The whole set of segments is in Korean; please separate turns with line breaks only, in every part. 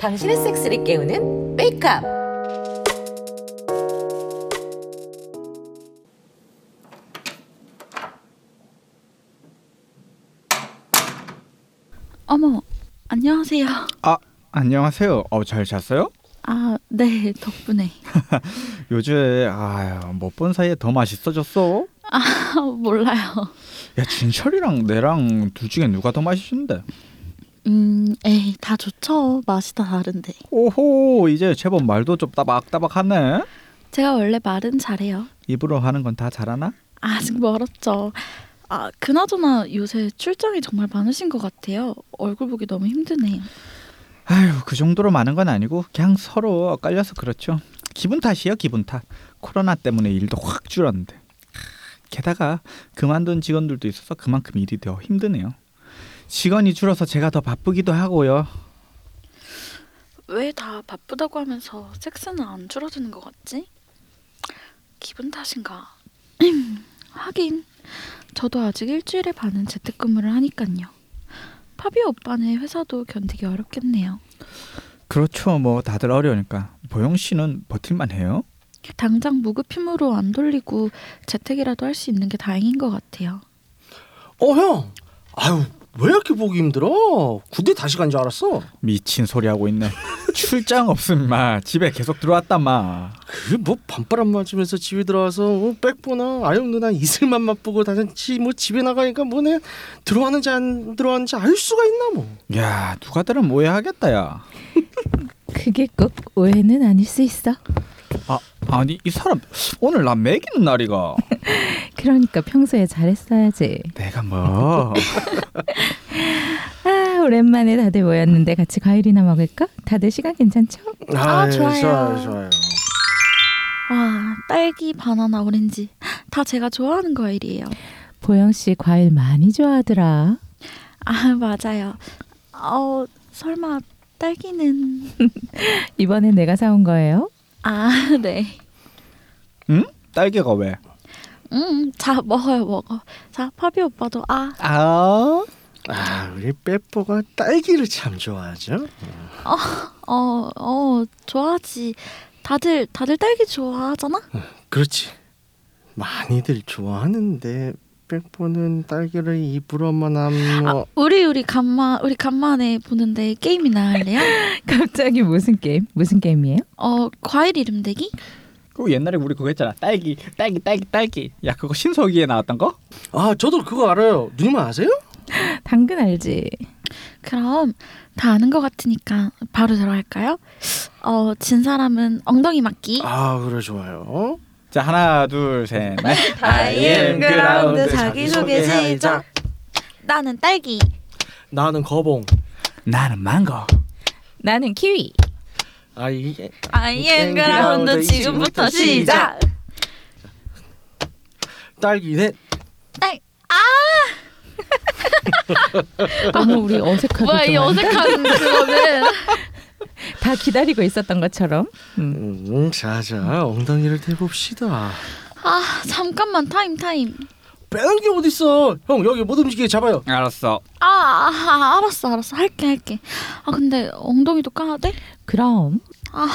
당신의 섹스를 깨우는 메이크업.
어머, 안녕하세요.
아, 안녕하세요. 어, 잘 잤어요?
아, 네, 덕분에.
요즘에 아유, 못 본 사이에 더 맛있어졌어.
아, 몰라요.
야, 진철이랑 내랑 둘 중에 누가 더 맛있는데?
음, 에이, 다 좋죠. 맛이 다 다른데.
오호, 이제 제법 말도 좀 따박따박하네.
제가 원래 말은 잘해요.
입으로 하는 건 다 잘하나?
아직 멀었죠. 아, 그나저나 요새 출장이 정말 많으신 것 같아요. 얼굴 보기 너무 힘드네요.
아유, 그 정도로 많은 건 아니고 그냥 서로 깔려서 그렇죠. 기분 탓이요, 기분 탓. 코로나 때문에 일도 확 줄었는데. 게다가 그만둔 직원들도 있어서 그만큼 일이 더 힘드네요. 직원이 줄어서 제가 더 바쁘기도 하고요.
왜 다 바쁘다고 하면서 섹스는 안 줄어드는 것 같지? 기분 탓인가? 하긴 저도 아직 일주일에 반은 재택근무를 하니깐요. 파비 오빠네 회사도 견디기 어렵겠네요.
그렇죠. 뭐 다들 어려우니까. 보영 씨는 버틸만 해요?
당장 무급 힘으로 안 돌리고 재택이라도 할 수 있는 게 다행인 것 같아요.
어 형. 아유 왜 이렇게 보기 힘들어? 군대 다시 간 줄 알았어.
미친 소리 하고 있네. 출장 없음 마. 집에 계속 들어왔단 마.
그 뭐 밤바람 맞으면서 집에 들어와서 어, 백보나 아영 누나 이슬만 맛보고 다녔지 뭐 집에 나가니까 뭐네 들어왔는지 안 들어왔는지 알 수가 있나 뭐.
야, 누가 들으면 오해하겠다 야.
그게 꼭 오해는 아닐 수 있어.
아, 아니 이 사람 오늘 나 매기는 날이가.
그러니까 평소에 잘했어야지.
내가 뭐.
아, 오랜만에 다들 모였는데 같이 과일이나 먹을까? 다들 시간 괜찮죠?
아,
예,
좋아요.
좋아요 좋아요.
와, 딸기, 바나나, 오렌지 다 제가 좋아하는 과일이에요.
보영 씨 과일 많이 좋아하더라.
아, 맞아요. 어, 설마 딸기는
이번에 내가 사온 거예요?
아, 네.
딸기가 왜?
음, 자 먹어요 먹어. 자 파비 오빠도 아,
아.
아 우리 백보가 딸기를 참 좋아하죠.
어, 어 좋아하지. 다들 다들 딸기 좋아하잖아.
그렇지. 많이들 좋아하는데 백보는 딸기를 입으로만 하면
아, 우리 우리 간만 우리 간만에 보는데 게임이나 할래요?
갑자기 무슨 게임? 무슨 게임이에요?
어 과일 이름 대기?
그 옛날에 우리 그거 했잖아. 딸기, 딸기, 딸기, 딸기. 야, 그거 신서기에 나왔던 거?
아 저도 그거 알아요. 누님 아세요?
당근 알지?
그럼 다 아는 것 같으니까 바로 들어갈까요? 어 진 사람은 엉덩이 맞기.
아 그래 좋아요.
자, 하나, 둘, 셋, 넷.
다이앤 예, 그라운드 자기소개 시작.
나는 딸기.
나는 거봉.
나는 망고.
나는 키위.
아 이게
아이엠 그라운드 지금부터 시작.
딸기네.
너무 우리 어색하게
뭐야 이 어색한 그거는.
다 기다리고 있었던 것처럼. 음.
음, 자자 엉덩이를 대봅시다.
아 잠깐만 타임 타임.
빼는 게 어딨어? 형 여기 못 움직이게 잡아요.
알았어.
아, 아, 아, 알았어 알았어 할게 할게. 아 근데 엉덩이도 까야 돼?
그럼
아,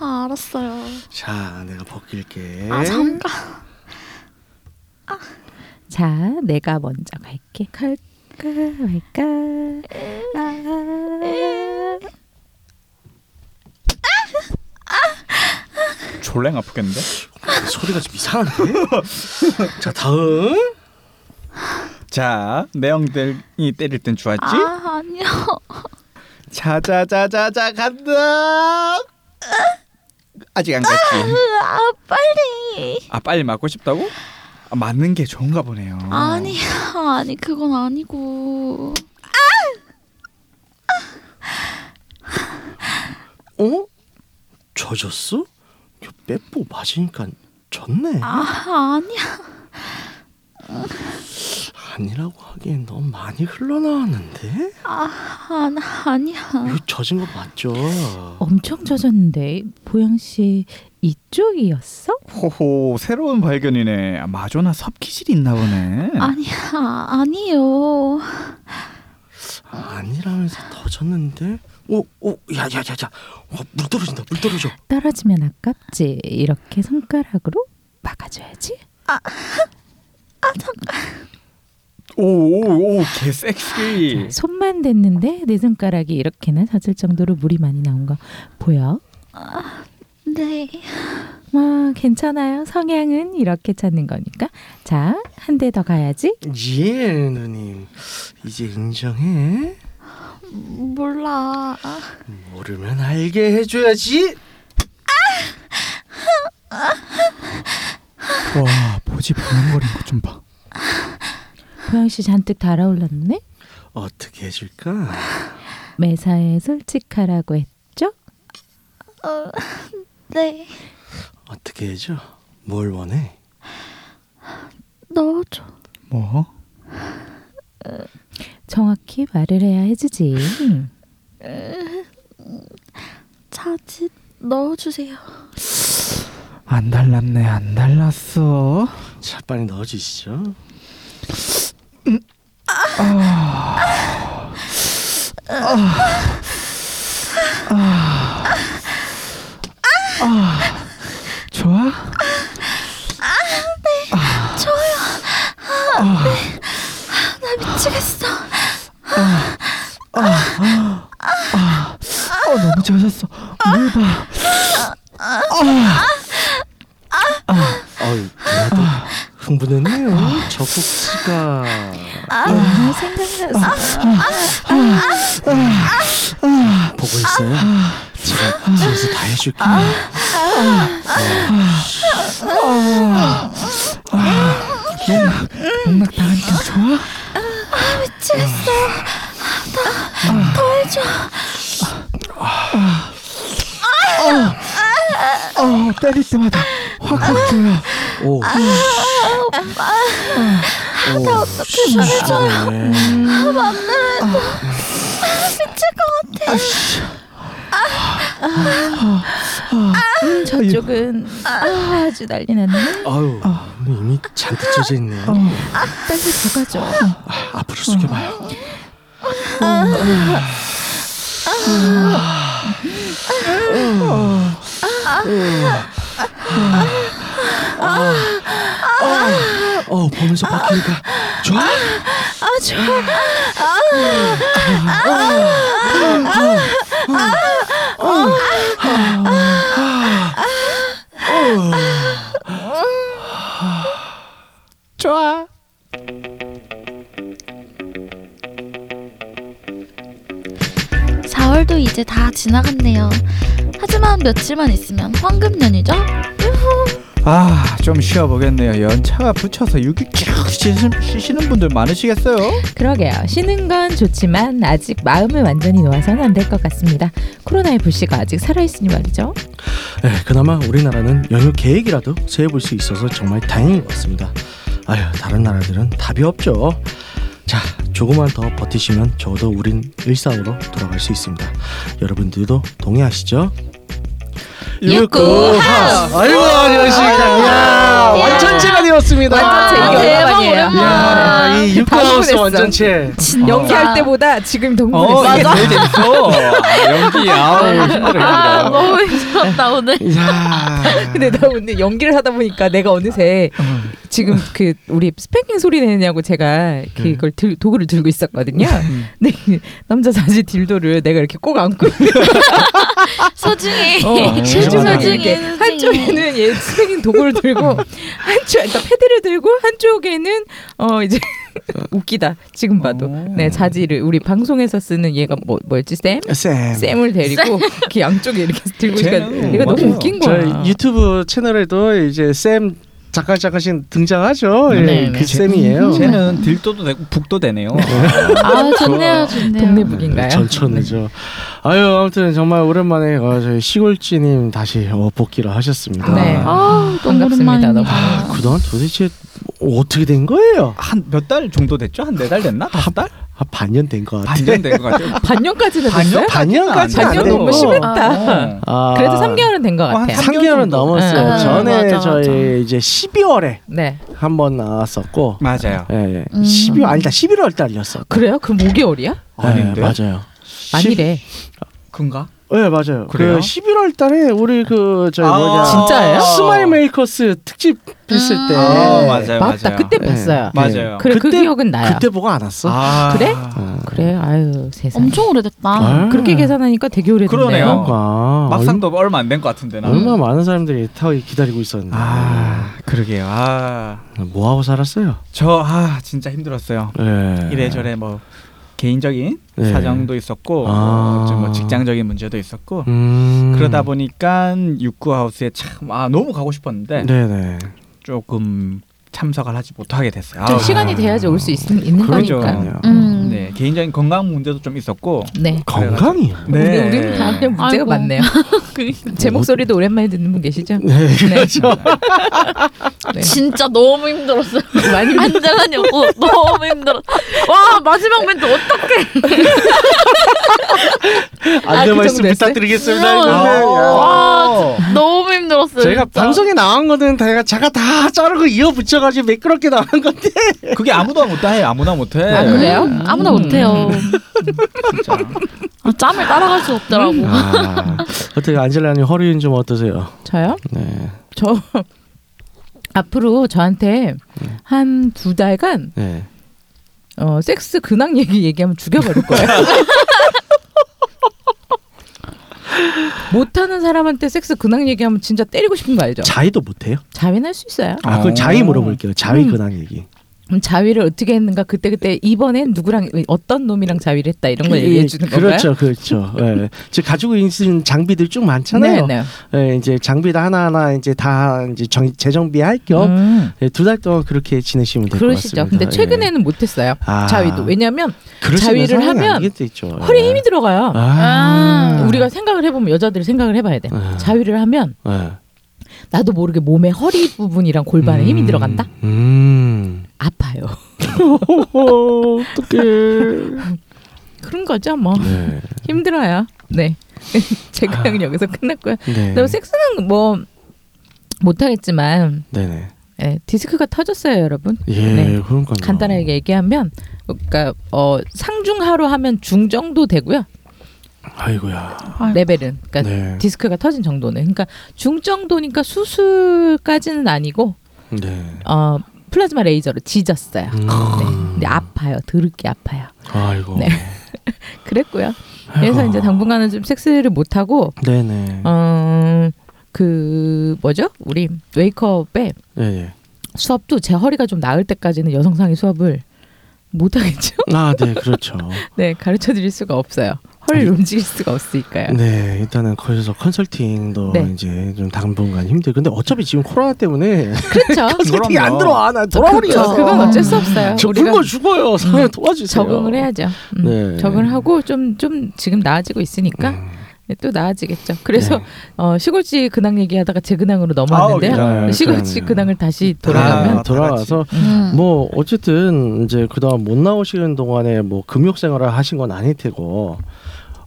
아 알았어요.
자 내가 벗길게.
아 잠깐.
자 내가 먼저 갈게. 갈까 말까. 아.
졸랭 아프겠는데?
소리가 좀 이상한데. 자 다음.
자, 내 엉덩이 때릴 땐 좋았지?
아 아니요.
자자자자자 간다. 아직 안 갔지.
아 빨리.
아 빨리 맞고 싶다고? 아, 맞는 게 좋은가 보네요.
아니야 아니 그건 아니고.
어? 젖었어? 야, 빼뽀 맞으니까 젖네.
아 아니야.
아니라고 하기엔 너무 많이 흘러나왔는데.
아, 아 나- 아니야.
이거 젖은 거 맞죠? 어,
엄청 젖었는데 보영 씨 이쪽이었어?
호호 새로운 네. 발견이네. 아, 마조나 섭기질이 있나 보네.
아니야 아니요.
일하면서 터졌는데 오오 야야야야 물 떨어진다 물 떨어져
떨어지면 아깝지. 이렇게 손가락으로 막아줘야지.
오오오 개 섹시.
손만 댔는데 내 손가락이 이렇게나 젖을 정도로 물이 많이 나온 거 보여?
네.
아, 괜찮아요. 성향은 이렇게 찾는 거니까. 자, 한 대 더 가야지.
예 누님 이제 인정해
몰라. 아,
모르면 알게 해줘야지
와 보지 버렁거리는 것 좀 봐.
보영 씨 잔뜩 달아올랐네.
어떻게 해줄까
매사에 솔직하라고 했죠?
어, 네.
어떻게 해줘 뭘 원해
넣어줘.
뭐?
정확히 말을 해야 해주지.
자칫 넣어주세요.
안 달랐네 안 달랐어.
자 빨리 넣어주시죠
좋아?
아, 네. 아, 나 미치겠어. 아,
어 너무 젖었어. 물 봐.
어이 나도 흥분했네요 젖꼭지가
아. 너무 예, 뭐 생각나서
보고 있어요 제가 뒤에서 다 해줄게요
농락 음, 당하니까 좋아?
아,
미치겠어. 더, 더 해줘. 어, 어, 때릴 때마다 확 확 줘요.
오. 오빠. 나 어떻게 말해줘요?
저쪽은 아, 아주 난리 났네.
아유, 이미 잔뜩 젖어 있네.
빨리 더 가줘.
아, 앞으로 숙여봐요. 어, 보면서 바뀌니까 좋아.
아, 좋아.
좋아.
사월도 이제 다 지나갔네요. 하지만 며칠만 있으면 황금년이죠? 유후.
아, 좀 쉬어 보겠네요. 연차가 붙여서 육이 쭉 쉬시는 분들 많으시겠어요?
그러게요. 쉬는 건 좋지만 아직 마음을 완전히 놓아서는 안 될 것 같습니다. 코로나의 불씨가 아직 살아있으니 말이죠.
네, 그나마 우리나라는 연휴 계획이라도 세워볼 수 있어서 정말 다행인 것 같습니다. 아휴, 다른 나라들은 답이 없죠. 자, 조금만 더 버티시면 적어도 우린 일상으로 돌아갈 수 있습니다. 여러분들도 동의하시죠?
육구하우!
아이고, 안녕하십니까. 이야, 완전체가 되었습니다.
아,
아,
완전체, 이게
이야,
대박이에요.
이 육구하우스 완전체.
어. 연기할 때보다 지금 더
제일 재밌어. 아, 연기, 아우, 힘들어.
너무 힘들었다 오늘.
이야.
근데 나 오늘 연기를 하다 보니까 내가 어느새 지금 그 우리 스팽킹 소리 내느냐고 제가 그걸 들, 도구를 들고 있었거든요. 근데 그 남자 사실 딜도를 내가 이렇게 꼭 안고
소중해.
어,
소중하게
소중해.
이렇게
소중해.
한쪽에는 얘 스팽킹 도구를 들고 한쪽 그러니까 패드를 들고 한쪽에는 어 이제 웃기다 지금 봐도
오.
네 자지를 우리 방송에서 쓰는 얘가 뭐 뭘지 쌤
쌤.
쌤을 데리고 이렇게 양쪽에 이렇게 들고 있으니까
쟤는
얘가 너무
맞아요.
웃긴 거야.
저희 유튜브 채널에도 이제 쌤 잠깐 잠깐씩 등장하죠. 예,
네, 네.
그 쌤이에요.
쟤는 딜도도 되고 북도 되네요.
아 좋네요 좋네요.
동네북인가요?
전천후죠. 아유 아무튼 정말 오랜만에 어, 저희 시골지님 다시 어, 복귀를 하셨습니다.
네.
아,
아 너무
반갑습니다,
오랜만입니다. 아,
너무.
그동안 도대체 뭐 어떻게 된 거예요?
한 몇 달 정도 됐죠? 한 네 달 됐나? 다섯 달?
한 반년 된 것 같아요.
반년 된 것 같아요.
반년까지는 됐어요?
반년까지
반년
안
너무
되고.
심했다.
아,
그래도 3개월은 된 것
어, 한
같아요.
삼-
3개월은
정도.
넘었어요.
네.
전에
맞아,
저희
맞아.
이제 12월에
네.
한 번 나왔었고,
맞아요.
예, 예.
음.
12월 아니다 11월 달이었어.
그래요? 그럼 5개월이야?
아,
아닌데?
맞아요.
아니래.
그런가?
예 네, 맞아요.
그래요? 아,
그 11월 달에 우리 그 저희 뭐냐
진짜예요?
스마일 메이커스 특집 했을 때
아, 맞아요.
맞다.
맞아요.
그때
네.
봤어요.
맞아요.
그래 그
그때-
기억은 나요.
그때 보고 안 왔어.
아,
그래?
아.
그래 아유 세상.
엄청 오래됐다.
아.
그렇게 계산하니까 되게 오래됐네요.
그러네요.
아,
막상도 얼마 안 된 것 같은데 나.
얼마, 얼마 많은 사람들이 타워 기다리고 있었는데
아 그러게요.
뭐 하고 살았어요?
아저아 진짜 힘들었어요.
예.
이래저래 뭐 개인적인
네.
사정도 있었고
아.
어, 좀뭐 직장적인 문제도 있었고
음.
그러다 보니까 육구 하우스에 참 아 너무 가고 싶었는데
네네
조금 참석을 하지 못하게 됐어요.
좀
아우.
시간이 돼야지 올 수 있는
그러죠.
거니까.
음.
네 개인적인 건강 문제도 좀 있었고
네.
건강이요.
우리 우리는 다 그냥 문제가
아이고.
많네요. 제 목소리도 오랜만에 듣는 분 계시죠?
네.
그렇죠. 네.
진짜 너무 힘들었어요. 많이 안장하니 없고 너무 힘들었. 와 마지막 멘트 어떡?
아,
안내
그
말씀
정도였어요?
부탁드리겠습니다.
어.
아,
이거는.
네.
야.
뭐-
와 너무 힘들었어요.
제가
진짜.
방송에 나온 거는 제가 제가 다 자르고 이어 붙여가지고 매끄럽게 나온 건데.
그게 아무도 못해 아무나 못해.
아, 그래요?
음, 아무나
음.
못해요. 아, 짬을 따라갈 수 없더라고.
아, 어떻게 안젤라님 허리는 좀 어떠세요?
저요?
네.
저 앞으로 저한테 한 두 달간
네.
어, 섹스 근황 얘기 얘기하면 죽여버릴 거예요. 못하는 사람한테 섹스 근황 얘기하면 진짜 때리고 싶은 거 알죠?
자의도 못해요?
자위할 수 있어요.
아,
어.
그럼 자의 네. 물어볼게요. 자의 근황 얘기.
그럼 자위를 어떻게 했는가 그때 그때 이번엔 누구랑 어떤 놈이랑 자위를 했다 이런 걸
예,
얘기해 주는 건가요?
그렇죠, 그렇죠. 예. 지금 가지고 있는 장비들 쭉 많잖아요.
네, 네.
예, 이제 장비도 하나하나 이제 다 이제 정, 재정비할 겸 예,
음,
두 달 동안 그렇게 지내시면 될 것 같습니다. 예.
그러시죠. 근데 최근에는 못했어요.
네, 아.
자위도 왜냐하면
예.
자위를
그러시는 상황이
하면
아니겠죠. 예.
허리에 힘이 들어가요.
아.
우리가 생각을 해보면 여자들이 생각을 해봐야 돼.
아.
자위를 하면
예.
나도 모르게 몸의 허리 부분이랑 골반에 힘이
음.
들어간다.
음.
아파요.
어, 어떡해.
그런 거죠, 뭐
네. 아.
힘들어요. 네, 제 그냥 여기서 끝났고요.
네.
그리고 섹스는 뭐 못하겠지만
네네.
예, 디스크가 터졌어요, 여러분.
예,
네.
그런가요?
간단하게 얘기하면 그러니까 어, 상중하로 하면 중 정도 되고요.
아이고야.
레벨은 그러니까
네.
디스크가 터진 정도는 그러니까 중 정도니까 수술까지는 아니고
네.
어, 플라즈마 레이저로 지졌어요.
음.
네. 근데 아파요. 더럽게 아파요.
아이고.
네. 그랬고요. 그래서
아이고.
이제 당분간은 좀 섹스를 못 하고
네네.
어, 그 뭐죠? 우리 웨이크업의
네네.
수업도 제 허리가 좀 나을 때까지는 여성상의 수업을 못 하겠죠.
아, 네, 그렇죠.
네, 가르쳐 드릴 수가 없어요. 허리를 움직일 수가 없으니까요.
네, 일단은 거기서 컨설팅도
예. 네.
이제 좀 당분간 힘들. 근데 어차피 지금 코로나 때문에
그렇죠.
컨설팅이 안
그럼요.
들어와. 나
그렇죠.
돌아버리겠어.
그건 어쩔 수 없어요.
저
우리가 음,
굶어 죽어요. 사회 도와주세요.
적응을 해야죠. 음,
네. 음.
적응을 하고 좀 좀 지금 나아지고 있으니까 네, 또 나아지겠죠. 그래서
네.
어, 시골지 근황 얘기하다가 제 근황으로 넘어왔는데요.
아우, 네,
시골지
그러네요.
근황을 다시 돌아가면
돌아가면 돌아와서
음.
뭐 어쨌든 이제 그동안 못 나오시는 동안에 뭐 금욕 생활을 하신 건 아닐 테고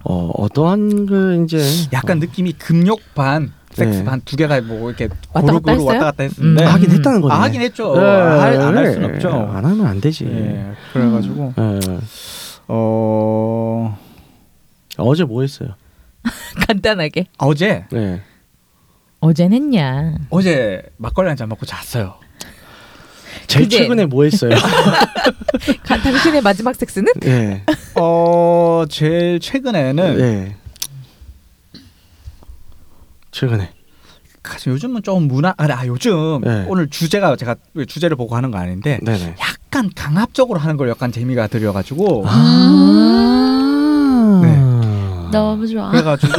어 어떠한 그 이제
약간
어,
느낌이 금욕 반 섹스
네.
반 두 개가 뭐 이렇게
왔다 갔다
고루 고루
했어요?
왔다 갔다 했는데
음.
하긴 했다는 거네.
아, 하긴 했죠.
예,
안할
예,
순 없죠.
안 하면 안 되지.
예, 그래가지고
예.
어
어제 뭐 했어요?
간단하게
어제
네.
어젠 했냐.
어제 막걸리 한 잔 먹고 잤어요.
제일
근데-
최근에 뭐 했어요?
가, 당신의 마지막 섹스는
예.
어 제일 최근에는
예. 최근에.
사실 요즘은 좀 문화 아니, 아 요즘
네.
오늘 주제가 제가 주제를 보고 하는 거 아닌데
네네.
약간 강압적으로 하는 걸 약간 재미가 들여가지고
아.
너무 좋아.
그래가지고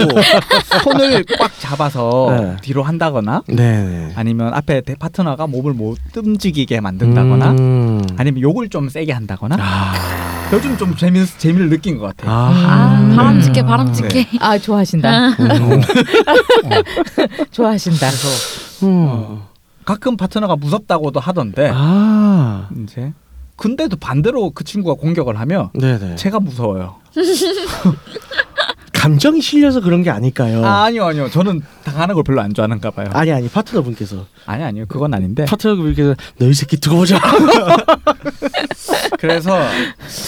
손을 꽉 잡아서
네.
뒤로 한다거나
네네.
아니면 앞에 대- 파트너가 몸을 못 움직이게 만든다거나
음.
아니면 욕을 좀 세게 한다거나
아.
요즘 좀 재미 재미를 느낀 것 같아요.
아.
아
음.
바람직해 바람직해.
아 좋아하신다.
음.
좋아하신다.
음.
가끔 파트너가 무섭다고도 하던데
네. 아.
이제 근데도 반대로 그 친구가 공격을 하면
네네.
제가 무서워요.
감정이 실려서 그런 게 아닐까요?
아, 아니요 아니요 저는 당하는 걸 별로 안 좋아하는가 봐요.
어. 아니 아니 파트너분께서
아니 아니요 그건 아닌데
파트너분께서 너 이 새끼 두고 보자.
그래서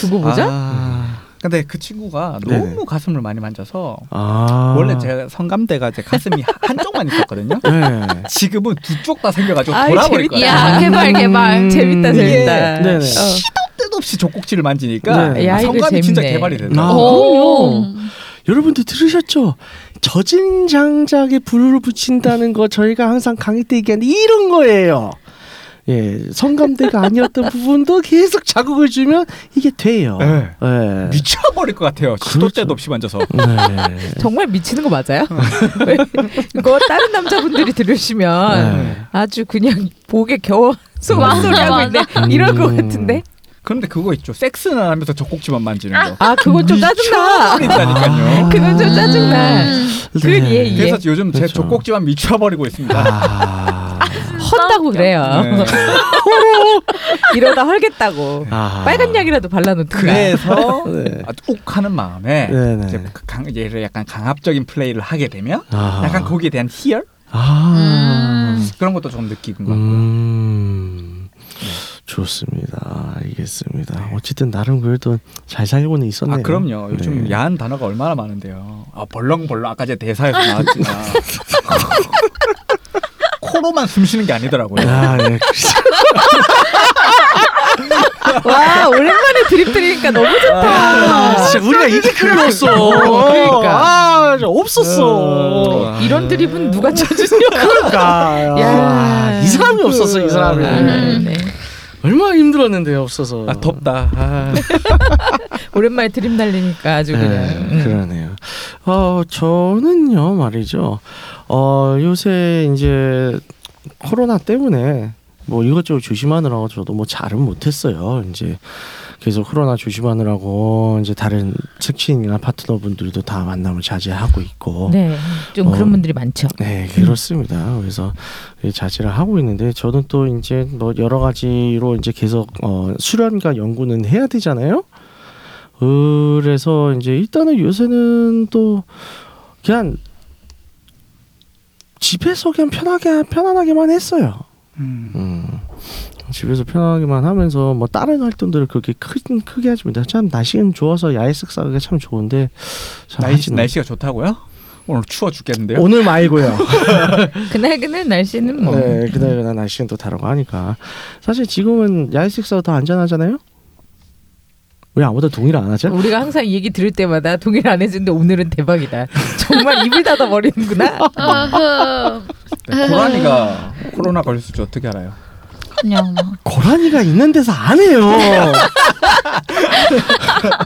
두고 보자.
아, 근데 그 친구가
네네.
너무 가슴을 많이 만져서
아
원래 제 성감대가 제 가슴이 한- 한쪽만 있었거든요.
네.
지금은 두 쪽 다 생겨가지고
아이,
돌아버릴 거야.
재밌다.
야 개발 개발.
재밌다
이게-
재밌다.
음. 예.
어,
네네.
뜻없이 젖꼭지를 만지니까
어. 네.
야, 이거
성감이
예, 재밌네.
진짜 개발이 된다.
아,
어.
그럼요. 여러분들 들으셨죠? 젖은 장작에 불을 붙인다는 거 저희가 항상 강의 때 얘기하는데 이런 거예요. 예, 성감대가 아니었던 부분도 계속 자극을 주면 이게 돼요.
네.
예.
미쳐버릴 것 같아요. 시도
그렇죠.
때도 없이 만져서.
네.
정말 미치는 거 맞아요? 왜? 이거 다른 남자분들이 들으시면
어. 네.
아주 그냥 목에 겨워
맞아,
소리 하고 있네
맞아.
이럴 것
음.
같은데
그런데 그거 있죠. 섹스는 안 하면서 젖꼭지만 만지는 거.
아 그건
음,
좀 짜증나
그러니까요.
그건 좀
음,
짜증나 그건 예,
네.
이해, 이해.
그래서 요즘 제
아. 그렇죠.
젖꼭지만 미쳐버리고 있습니다.
아,
헛다고 그래요
네.
이러다 헐겠다고
아.
빨간 약이라도 발라놓든가
그래서
네.
아주 욱하는 마음에
네, 네.
이제 그 강, 얘를 약간 강압적인 플레이를 하게 되면
아.
약간 거기에 대한 희열
아.
음.
그런 것도 좀 느끼고
음.
막
음. 좋습니다. 알겠습니다. 어쨌든 나름 그래도 잘 살고는 있었네요.
아 그럼요. 요즘
네.
야한 단어가 얼마나 많은데요. 아 벌렁벌렁 아까 제 대사에서 나왔지만 코로만 숨쉬는 게 아니더라고요.
아, 예.
와 오랜만에 드립 들으니까 너무 좋다
아, 진짜 우리가 이게 글로 없어.
그러니까.
아, 진짜 없었어.
어.
이런 드립은 누가 쳐주냐
그러니까.
야.
이 사람이 없었어, 이그 사람이.
음.
네. 네.
얼마나 힘들었는데요, 없어서.
아 덥다. 아.
오랜만에 드립 날리니까 아주 그냥
네,
음.
그러네요. 어, 저는요, 말이죠. 어, 요새 이제 코로나 때문에 뭐 이것저것 조심하느라고 저도 뭐 잘은 못했어요. 이제 계속 코로나 조심하느라고 이제 다른 색친이나 파트너분들도 다 만남을 자제하고 있고.
네, 좀
어.
그런 분들이 많죠.
네, 그렇습니다. 그래서 이 자제를 하고 있는데 저는 또 이제 뭐 여러 가지로 이제 계속 어, 수련과 연구는 해야 되잖아요. 그래서 이제 일단은 요새는 또 그냥 집에서 그냥 편하게 편안하게만 했어요.
음.
음. 집에서 편하게만 하면서 뭐 다른 활동들을 그렇게 큰 크게 하지 못해. 참 날씨는 좋아서 야외 식사가 참 좋은데 참
날씨
하지는-
날씨가 좋다고요? 오늘 추워 죽겠는데요.
오늘 말고요.
그날 그날 날씨는
어.
뭐
네, 그날 그날 날씨는 또 다르고 하니까 사실 지금은 야외 식사 다 안전하잖아요. 왜 아무도 동의를 안 하죠?
우리가 항상 이 얘기 들을 때마다 동의를 안 해주는데 오늘은 대박이다. 정말 입을 닫아 버리는구나.
어허.
네, 고라니가 코로나 걸렸을 줄 어떻게 알아요?
그냥 뭐.
고라니가 있는 데서 안 해요.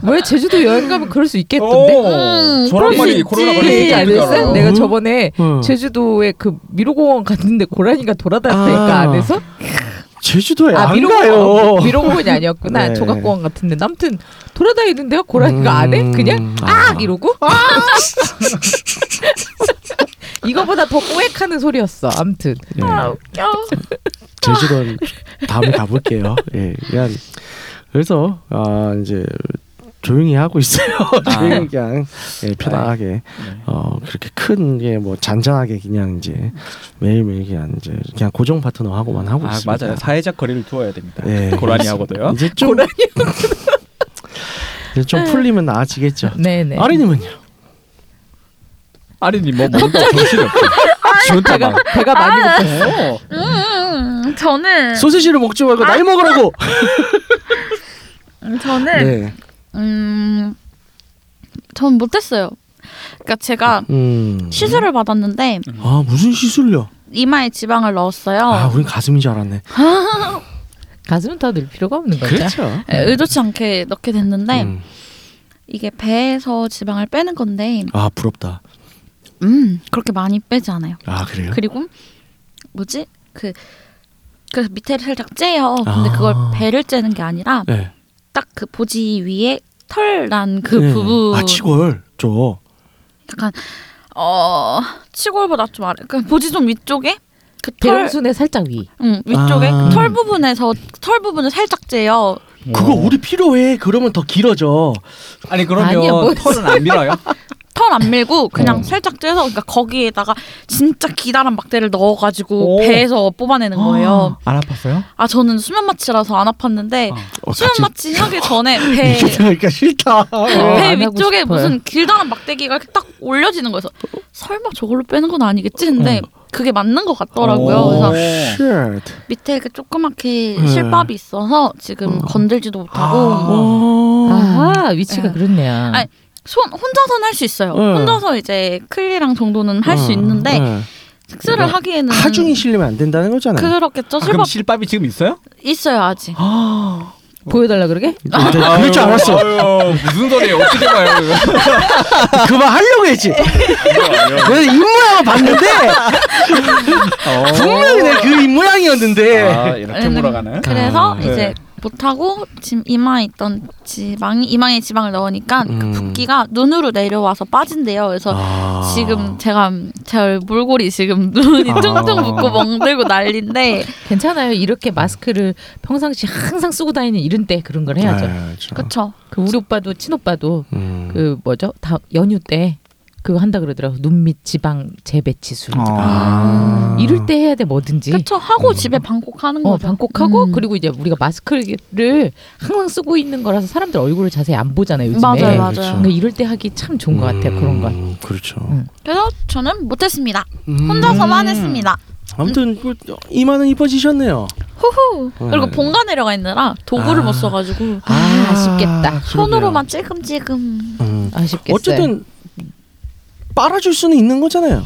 왜 제주도 여행 가면 그럴 수 있겠던데?
음,
그럴
저런
수
말이
있지. 네,
코로나 걸렸을 줄
안
어떻게
했어?
알아요?
내가 저번에
어.
제주도에 그 미로공원 갔는데 고라니가
아,
돌아다니니까 안에서 아,
제주도에
아,
안 가요.
어,
미로공원 미로공원이 아니었구나
네.
조각공원 같은데 아무튼 돌아다니는데요 고라니가 안에 그냥
음,
아 이러고 이거보다 더 꼬액하는 소리였어 아무튼
예,
아 웃겨.
제주도는 다음에 가볼게요. 예, 그냥 그래서 아 이제 조용히 하고 있어요.
아. 네.
조용히 그냥 예, 편안하게 어 그렇게 큰 게 뭐 잔잔하게 그냥 이제 매일매일 그냥 이제 그냥 고정 파트너하고만 하고
아
있습니다.
맞아요. 사회적 거리를 두어야 됩니다.
예.
고라니하고도요.
이제 좀 이제 좀 풀리면 나아지겠죠.
네네
아리님은요?
아리님 뭐 뭔가 정신이 없어.
아,
좋다
배가
봐.
배가 많이
아!
고팠어
어.
음, 저는
소시지를 먹지 말고 나이 먹으라고.
저는
네.
음, 전 못했어요. 그러니까 제가
음.
시술을 받았는데
아 무슨 시술요?
이마에 지방을 넣었어요.
아 우린 가슴인 줄 알았네.
가슴은 다 넣을 필요가 없는 거죠
그렇죠.
예, 의도치 않게 넣게 됐는데
음.
이게 배에서 지방을 빼는 건데
아 부럽다.
음 그렇게 많이 빼지 않아요.
아 그래요?
그리고 뭐지 그 그래서 밑에를 살짝 째요. 근데
아.
그걸 배를 째는 게 아니라
네.
딱 그 보지 위에 털 난 그
네.
부분
아 치골 저.
약간 어 치골보다 좀 아래 그 보지 좀 위쪽에 그털
대롱순의 살짝 위
응, 위쪽에
아.
털 부분에서 털 부분을 살짝 째요.
그거 우리 필요해. 그러면 더 길어져.
뭐. 아니 그러면
아니야, 뭐
털은 안 밀어요?
털 편 안 밀고 그냥
어.
살짝 쪄서 그러니까 거기에다가 진짜 기다란 막대를 넣어가지고
오.
배에서 뽑아내는 거예요.
안 아팠어요?
아 저는 수면 마취라서 안 아팠는데
어.
어,
수면
같이
마취 하기 전에 배
그러니까 싫다.
어,
배
안 하고
위쪽에
싶어요.
무슨 길다란 막대기가 이렇게 딱 올려지는 거여서 설마 저걸로 빼는 건 아니겠지 근데 그게 맞는 것 같더라고요.
어.
그래서
쉣.
밑에 이렇게 조그맣게
네.
실밥이 있어서 지금 건들지도 못하고
어.
아 위치가
예.
그렇네요.
아니, 손 혼자서는 할 수 있어요.
네.
혼자서 이제 클리랑 정도는 할 수
어,
있는데 음.
네.
식사를 하기에는
하중이 실리면 안 된다는 거잖아요.
그렇겠죠.
아, 그럼
실밥
실밥이 지금 있어요?
있어요 아직.
보여달라 그러게?
아, 내가 그럴 줄 알았어.
아유, 무슨 소리예요? 어떻게 봐요? 그거?
그만 하려고 했지. 내가 입 모양을 봤는데 분명히 내가 그 입 모양이었는데.
아, 이렇게
음,
물어가는.
그래서
아,
이제
네.
못하고 지금 이마에 있던 지방이 이마에 지방을 넣으니까
음.
그 붓기가 눈으로 내려와서 빠진대요. 그래서
아.
지금 제가 제 몰골이 지금 눈이
아.
퉁퉁 붓고 멍들고 난리인데
괜찮아요. 이렇게 마스크를 평상시 항상 쓰고 다니는 이런 때 그런 걸 해야죠.
네, 저-
그쵸?
그 우리 오빠도 친오빠도
음.
그 뭐죠? 다 연휴 때 그거 한다 그러더라고. 눈밑 지방 재배치술.
아.
이럴 때 해야 돼 뭐든지.
그쵸? 하고 집에 방콕하는
예. 어
그러니까 거죠.
방콕하고
음.
그리고 이제 우리가 마스크를 항상 쓰고 있는 거라서 사람들 얼굴을 자세히 안 보잖아요 요즘에.
맞아요, 맞아요.
그렇죠.
그러니까 이럴 때 하기 참 좋은 것 같아요 그런 건.
음, 그렇죠.
음.
그래서 저는 못했습니다.
음.
혼자서만 했습니다.
아무튼 그 이마는 이뻐지셨네요.
후후. 그리고
네.
본가 내려가 있느라 도구를
아.
못 써가지고
아, 아쉽겠다.
손으로만 찔끔찔끔.
그러게요. 음.
아쉽겠어요.
어쨌든 빨아줄 수는 있는 거잖아요.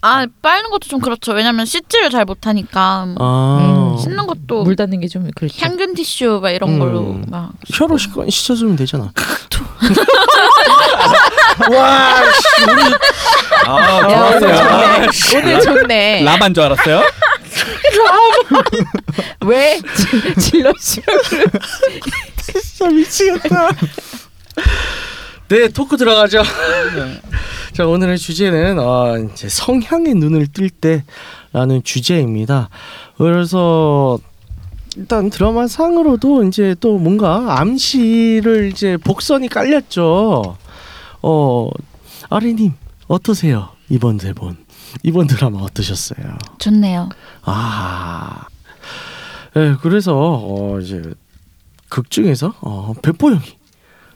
아 빨는 것도 좀 그렇죠. 왜냐면 씻지를 잘 못하니까
아.
음,
씻는 것도
물 닿는 게 좀 그렇죠.
향균 티슈 막 이런
음.
걸로 막
혀로 씻- 씻어주면 되잖아. 와, 씨, 우리
아,
야, 오늘
좋았어요.
좋네. 오늘 좋네.
라반 줄 알았어요?
왜 질러시오?
진짜 미치겠다. 네 토크 들어가죠. 자 오늘의 주제는 아, 이제 성향의 눈을 뜰 때라는 주제입니다. 그래서 일단 드라마 상으로도 이제 또 뭔가 암시를 이제 복선이 깔렸죠. 어 아리님 어떠세요 이번 대본 이번 드라마 어떠셨어요?
좋네요.
아. 예, 그래서 어 이제 극 중에서 어 배포 형이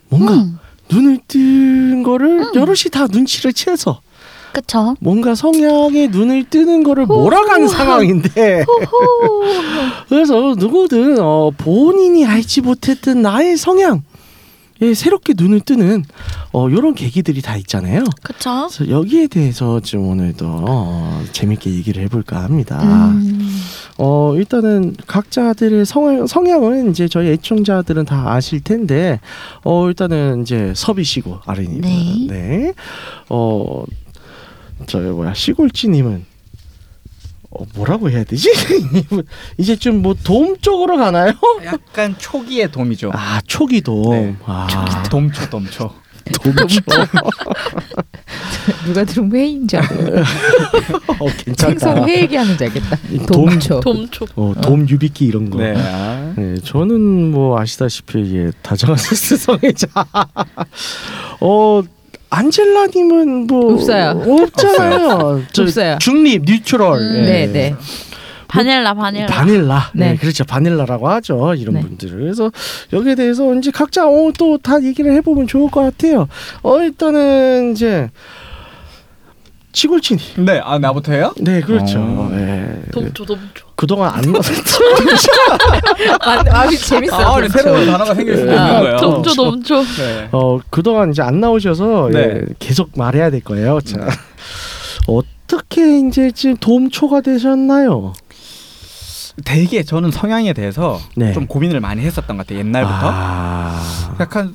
뭔가
음,
눈을 뜬 거를 여럿이 다 눈치를 채서
그쵸.
뭔가 성향의 눈을 뜨는 거를
어,
몰아가는 상황인데
호호.
그래서 누구든 어 본인이 알지 못했던 나의 성향 에 새롭게 눈을 뜨는 어 요런 계기들이 다 있잖아요.
그쵸.
그래서 여기에 대해서 좀 오늘도 어, 재밌게 얘기를 해볼까
아.
합니다.
음.
어 일단은 각자들의 성, 성향은 이제 저희 애청자들은 다 아실 텐데 어 일단은 이제 섭이시고 아린이
네.
네어 저기 뭐야 시골지님은 어, 뭐라고 해야 되지 이분 이제 좀 뭐 도움 쪽으로 가나요?
약간 초기의 돔이죠.
아 초기 도움
네.
아
돔초 돔초.
도움 쪽
누가 들으면 회의인 줄 알고.
어, 괜찮다
항상 회 얘기하는 줄 알겠다.
이 도움-
동초.
돔초.
어 도움 유비키 이런 거
네. 아.
네, 저는 뭐 아시다시피 예, 다정한 스스성애자. 어 안젤라님은 뭐
없어요.
없잖아요. 저
없어요.
중립 뉴트럴.
음.
예.
네, 네.
바닐라
뭐,
바닐라.
바닐라. 네.
네.
그렇죠. 바닐라라고 하죠. 이런
네.
분들을. 그래서 여기에 대해서 이제 각자 어, 또 다 얘기를 해보면 좋을 것 같아요. 어 일단은 이제 치골치니.
네. 아 나부터 해요?
네, 그렇죠.
어.
예.
돔초 돔초.
그동안 안
아, 아 재밌어.
아, 오늘 새로운 단어가 생길 수도 있는
아,
거예요.
돔초 돔초.
네.
어 그동안 이제 안 나오셔서
네.
예, 계속 말해야 될 거예요. 자 어떻게 이제 지금 도움초가 되셨나요?
되게 저는 성향에 대해서
네.
좀 고민을 많이 했었던 것 같아요. 옛날부터.
아,
약간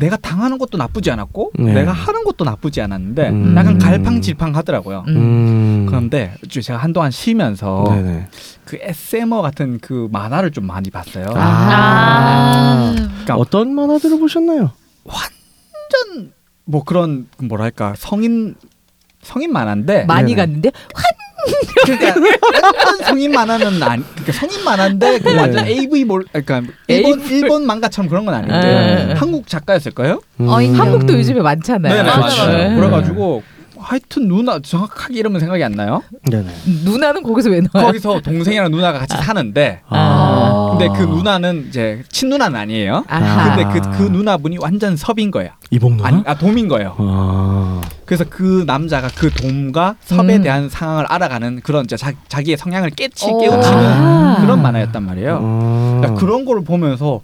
내가 당하는 것도 나쁘지 않았고
네.
내가 하는 것도 나쁘지 않았는데
음.
네, 약간 갈팡질팡하더라고요.
음,
그런데 좀 제가 한동안 쉬면서
네네.
그 SM어 같은 그 만화를 좀 많이 봤어요.
아.
아.
그러니까
어떤 만화들을 보셨나요?
완전 뭐 그런 뭐랄까 성인 성인 만화인데
많이
네네.
갔는데
그러니까 완전 성인 만화는 아니, 그러니까 성인 만화인데 그
네.
완전 AV 몰, 그러니까 일본 일본 만가처럼 그런 건 아닌데
네.
한국 작가였을까요?
음.
어이,
한국도 요즘에 많잖아요.
네,
맞아요.
맞아요.
네.
그래가지고 하여튼 누나 정확하게 이름은 생각이 안 나요.
네네.
누나는 거기서 왜 나와요?
거기서 동생이랑 누나가 같이 사는데
아.
근데 그 누나는 이제 친누나는 아니에요.
아하.
근데 그, 그 누나분이 완전 섭인 거야.
이봉 누나.
아니, 아 돔인 거예요.
아.
그래서 그 남자가 그 돔과 섭에
음.
대한 상황을 알아가는 그런 이제 자, 자기의 성향을 깨치
어.
깨우치는
아.
그런 만화였단 말이에요.
아.
그러니까 그런 거를 보면서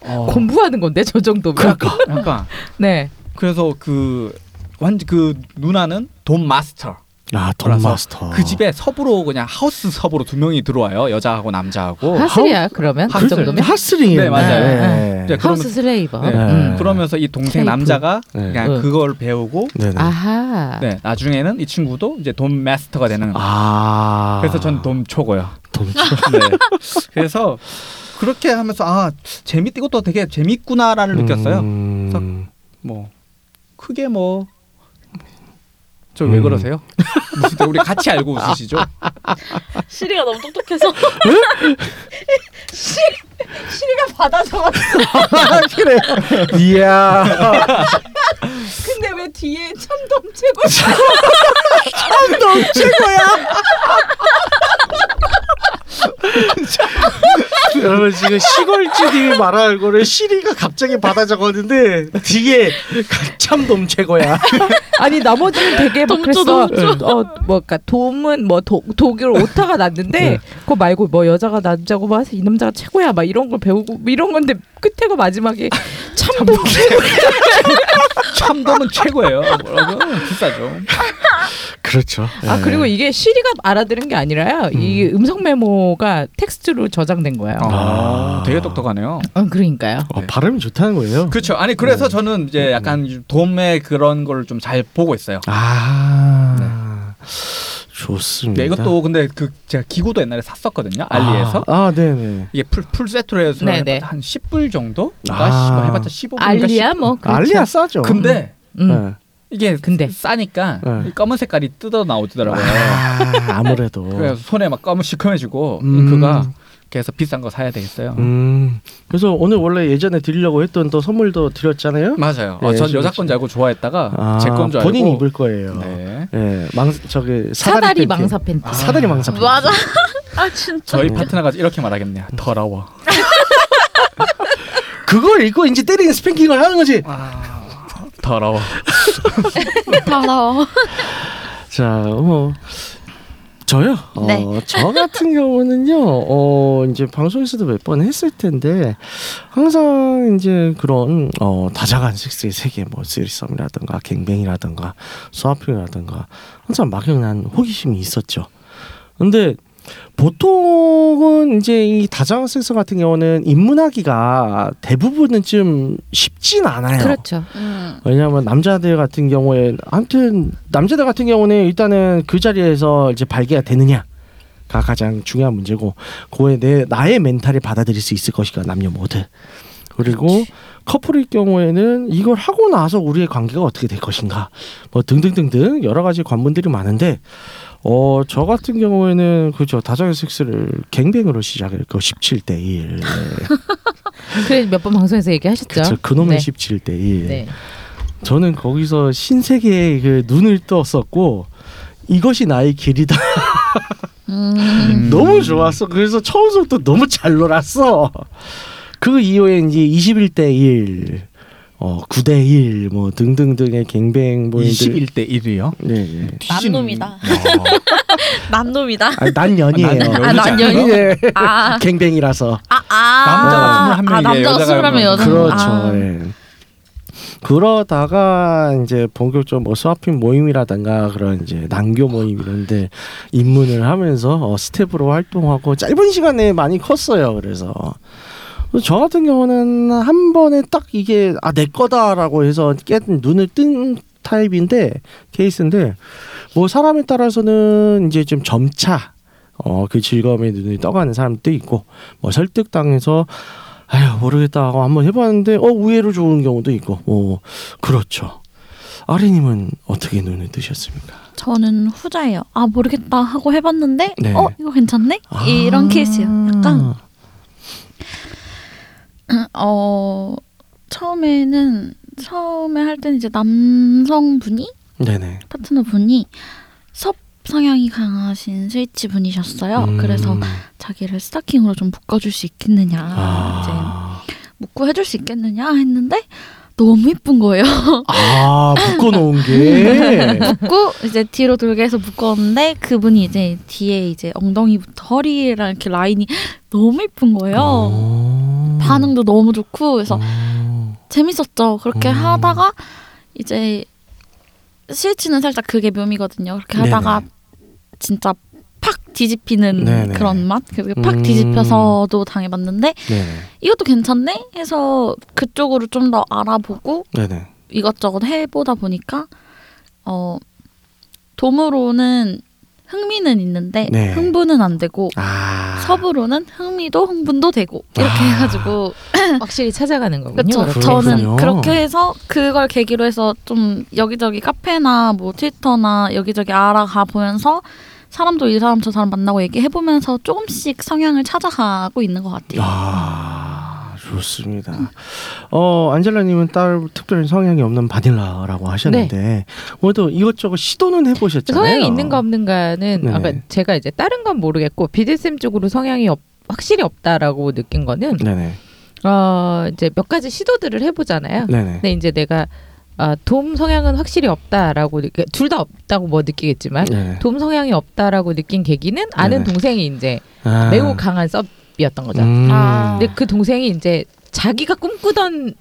어,
공부하는 건데 저 정도면.
그러니까 약간
네.
그래서 그 완전 그 누나는 돔 마스터.
아, 돈
돌아서
마스터.
그 집에 섭으로 그냥 하우스 섭으로 두 명이 들어와요. 여자하고 남자하고.
하슬이야 그러면 그
하슬.
정도면.
핫스링이에요.
네, 맞아요.
네.
이제 그러면
하우스 슬레이버.
네.
음.
그러면서 이 동생
테이프.
남자가
네.
그냥
응.
그걸 배우고
네네.
아하.
네, 나중에는 이 친구도 이제 돈 마스터가 되는 거예요.
아.
그래서 전 돈초고요.
돈.
네. 그래서 그렇게 하면서 아 재밌 이것도 되게 재밌구나라를 느꼈어요.
음.
뭐 크게 뭐. 저 왜
음.
그러세요? 무슨 또 우리 같이 알고 웃으시죠?
시리가 너무 똑똑해서
시리가 받아 적었어.
그래. 이야.
근데 왜 뒤에 천돔 최고?
여러분 지금 시골집이 말할 거를 시리가 갑자기 받아 적었는데 뒤에 참돔 최고야.
아니 나머지는 되게 막
돔 줘,
그랬어. 어뭐 그러니까 돔은 뭐 도, 독일 오타가
네.
났는데 그거 말고 뭐 여자가 남자고 막이 남자가 최고야 막 이런 걸 배우고 뭐 이런 건데 끝에가 마지막에 참돔
참돔은 최고예요. 뭐라고? 비싸죠.
그렇죠.
아
예.
그리고 이게 시리가 알아들은 게 아니라요. 이 음성 메모가 텍스트로 저장된 거예요.
아,
아.
되게 똑똑하네요.
어, 그러니까요.
어, 발음이 좋다는 거예요.
그렇죠. 아니 그래서 저는 이제 약간 돔의 그런 걸 좀 잘 보고 있어요.
아 좋습니다.
네, 이것도 근데 그 제가 기구도 옛날에 샀었거든요. 알리에서.
아, 아 네네.
이게 풀, 풀 세트로 해서
네네.
해봤자 한 10불 정도?
아.
아. 해봤자 15불.
알리야 뭐 그렇죠.
알리야 싸죠.
근데
음.
이게
근데.
싸니까
네.
이 검은 색깔이 뜯어 나오더라고요.
아, 아무래도.
그래서 손에 막 검은 시커매지고
음.
잉크가 그래서 비싼 거 사야 되겠어요.
음 그래서 오늘 원래 예전에 드리려고 했던 또 선물도 드렸잖아요.
맞아요.
예,
어, 전
그렇죠.
여자 건 줄 알고 좋아했다가
아,
제 건 줄 알고
본인이 입을 거예요.
네.
예, 망 저기
사다리
팬티.
망사 팬티.
아, 사다리 망사. 팬티.
맞아 아 진짜
뭐. 저희 파트너가 이렇게 말하겠네요. 더러워.
그걸 입고 이제 때리는 스팽킹을 하는 거지.
더러워.
달라
자, 뭐 저요? 어,
네.
저 같은 경우는요. 어, 이제 방송에서도 몇 번 했을 텐데 항상 이제 그런 어, 다자간 섹스의 세계 뭐 쓰리썸이라든가 갱뱅이라든가 소아핑이라든가 항상 막연한 호기심이 있었죠. 근데 보통은 이제 이 다자간 섹스 같은 경우는 입문하기가 대부분은 좀 쉽진 않아요.
그렇죠.
음.
왜냐하면 남자들 같은 경우에 아무튼 남자들 같은 경우는 일단은 그 자리에서 이제 발기가 되느냐가 가장 중요한 문제고 그에 내 나의 멘탈이 받아들일 수 있을 것인가 남녀 모두 그리고 커플일 경우에는 이걸 하고 나서 우리의 관계가 어떻게 될 것인가 뭐 등등등등 여러 가지 관문들이 많은데 어 저 같은 경우에는 그죠 다자연 섹스를 갱뱅으로 시작했고 17대 1
그래 몇 번 방송에서 얘기하셨죠.
그쵸 그놈의
네.
17대 1
네.
저는 거기서 신세계의 그 눈을 떴었고 이것이 나의 길이다
음.
너무 좋았어 그래서 처음부터 너무 잘 놀았어 그 이후에 이제 21대 1 어, 9대 1 뭐 등등등의 갱뱅
뭐
모임들
21대 1이요.
네, 네.
남놈이다. 남놈이다
아, 난 연이에요
난
아, 난 연이-
예.
아
갱뱅이라서
아, 아.
남자가 21 명이에요,
아, 남자가
여자가 네.
21명, 여자가
그렇죠.
아.
예. 그러다가 이제 본격적으로 뭐 스와핑 모임이라든가 그런 이제 난교 모임 이런데 입문을 하면서 어, 스텝으로 활동하고 짧은 시간에 많이 컸어요. 그래서 저 같은 경우는 한 번에 딱 이게 아 내 거다라고 해서 깬 눈을 뜬 타입인데 케이스인데 뭐 사람에 따라서는 이제 좀 점차 어 그 즐거움에 눈이 떠가는 사람도 있고 뭐 설득당해서 아휴 모르겠다 하고 한번 해봤는데 어 의외로 좋은 경우도 있고 뭐 그렇죠 아리님은 어떻게 눈에 뜨셨습니까?
저는 후자예요. 아 모르겠다 하고 해봤는데
네.
어 이거 괜찮네
아.
이런 케이스예요. 약간 어 처음에는 처음에 할 때는 이제 남성분이
네네.
파트너분이 섭 성향이 강하신 스위치 분이셨어요.
음.
그래서 자기를 스타킹으로 좀 묶어줄 수 있겠느냐
아,
이제 묶고 해줄 수 있겠느냐 했는데 너무 이쁜 거예요.
아 묶어놓은 게
묶고 이제 뒤로 돌게 해서 묶었는데 그분이 이제 뒤에 이제 엉덩이부터 허리랑 이렇게 라인이 너무 이쁜 거예요.
어.
반응도 너무 좋고 그래서
어.
재밌었죠. 그렇게
음.
하다가 이제 스위치는 살짝 그게 묘미거든요. 그렇게 하다가
네네.
진짜 팍 뒤집히는
네네.
그런 맛 그리고 팍
음.
뒤집혀서도 당해봤는데
네네
이것도 괜찮네 해서 그쪽으로 좀 더 알아보고
네네
이것저것 해보다 보니까 어 돔으로는 흥미는 있는데
네.
흥분은 안 되고
아
섭으로는 흥미도 흥분도 되고 이렇게
아.
해가지고
확실히 찾아가는 거군요.
그렇죠.
그렇게
그렇군요.
저는 그렇게 해서 그걸 계기로 해서 좀 여기저기 카페나 뭐 트위터나 여기저기 알아가 보면서 사람도 이 사람 저 사람 만나고 얘기해 보면서 조금씩 성향을 찾아가고 있는 것 같아요.
아 좋습니다. 어 안젤라님은 딸 특별한 성향이 없는 바닐라라고 하셨는데
네.
그래도 이것저것 시도는 해보셨잖아요.
성향이 있는가 없는가는
네네.
아까 제가 이제 다른 건 모르겠고 BDSM 쪽으로 성향이 없, 확실히 없다라고 느낀 거는
네네
어 이제 몇 가지 시도들을 해보잖아요.
네네
근데 이제 내가 아, 돔 성향은 확실히 없다라고 둘 다 없다고 뭐 느끼겠지만
네네.
돔 성향이 없다라고 느낀 계기는 아는
네네.
동생이 이제
아.
매우 강한 섭이었던 거죠.
음.
아.
근데 그 동생이 이제 자기가 꿈꾸던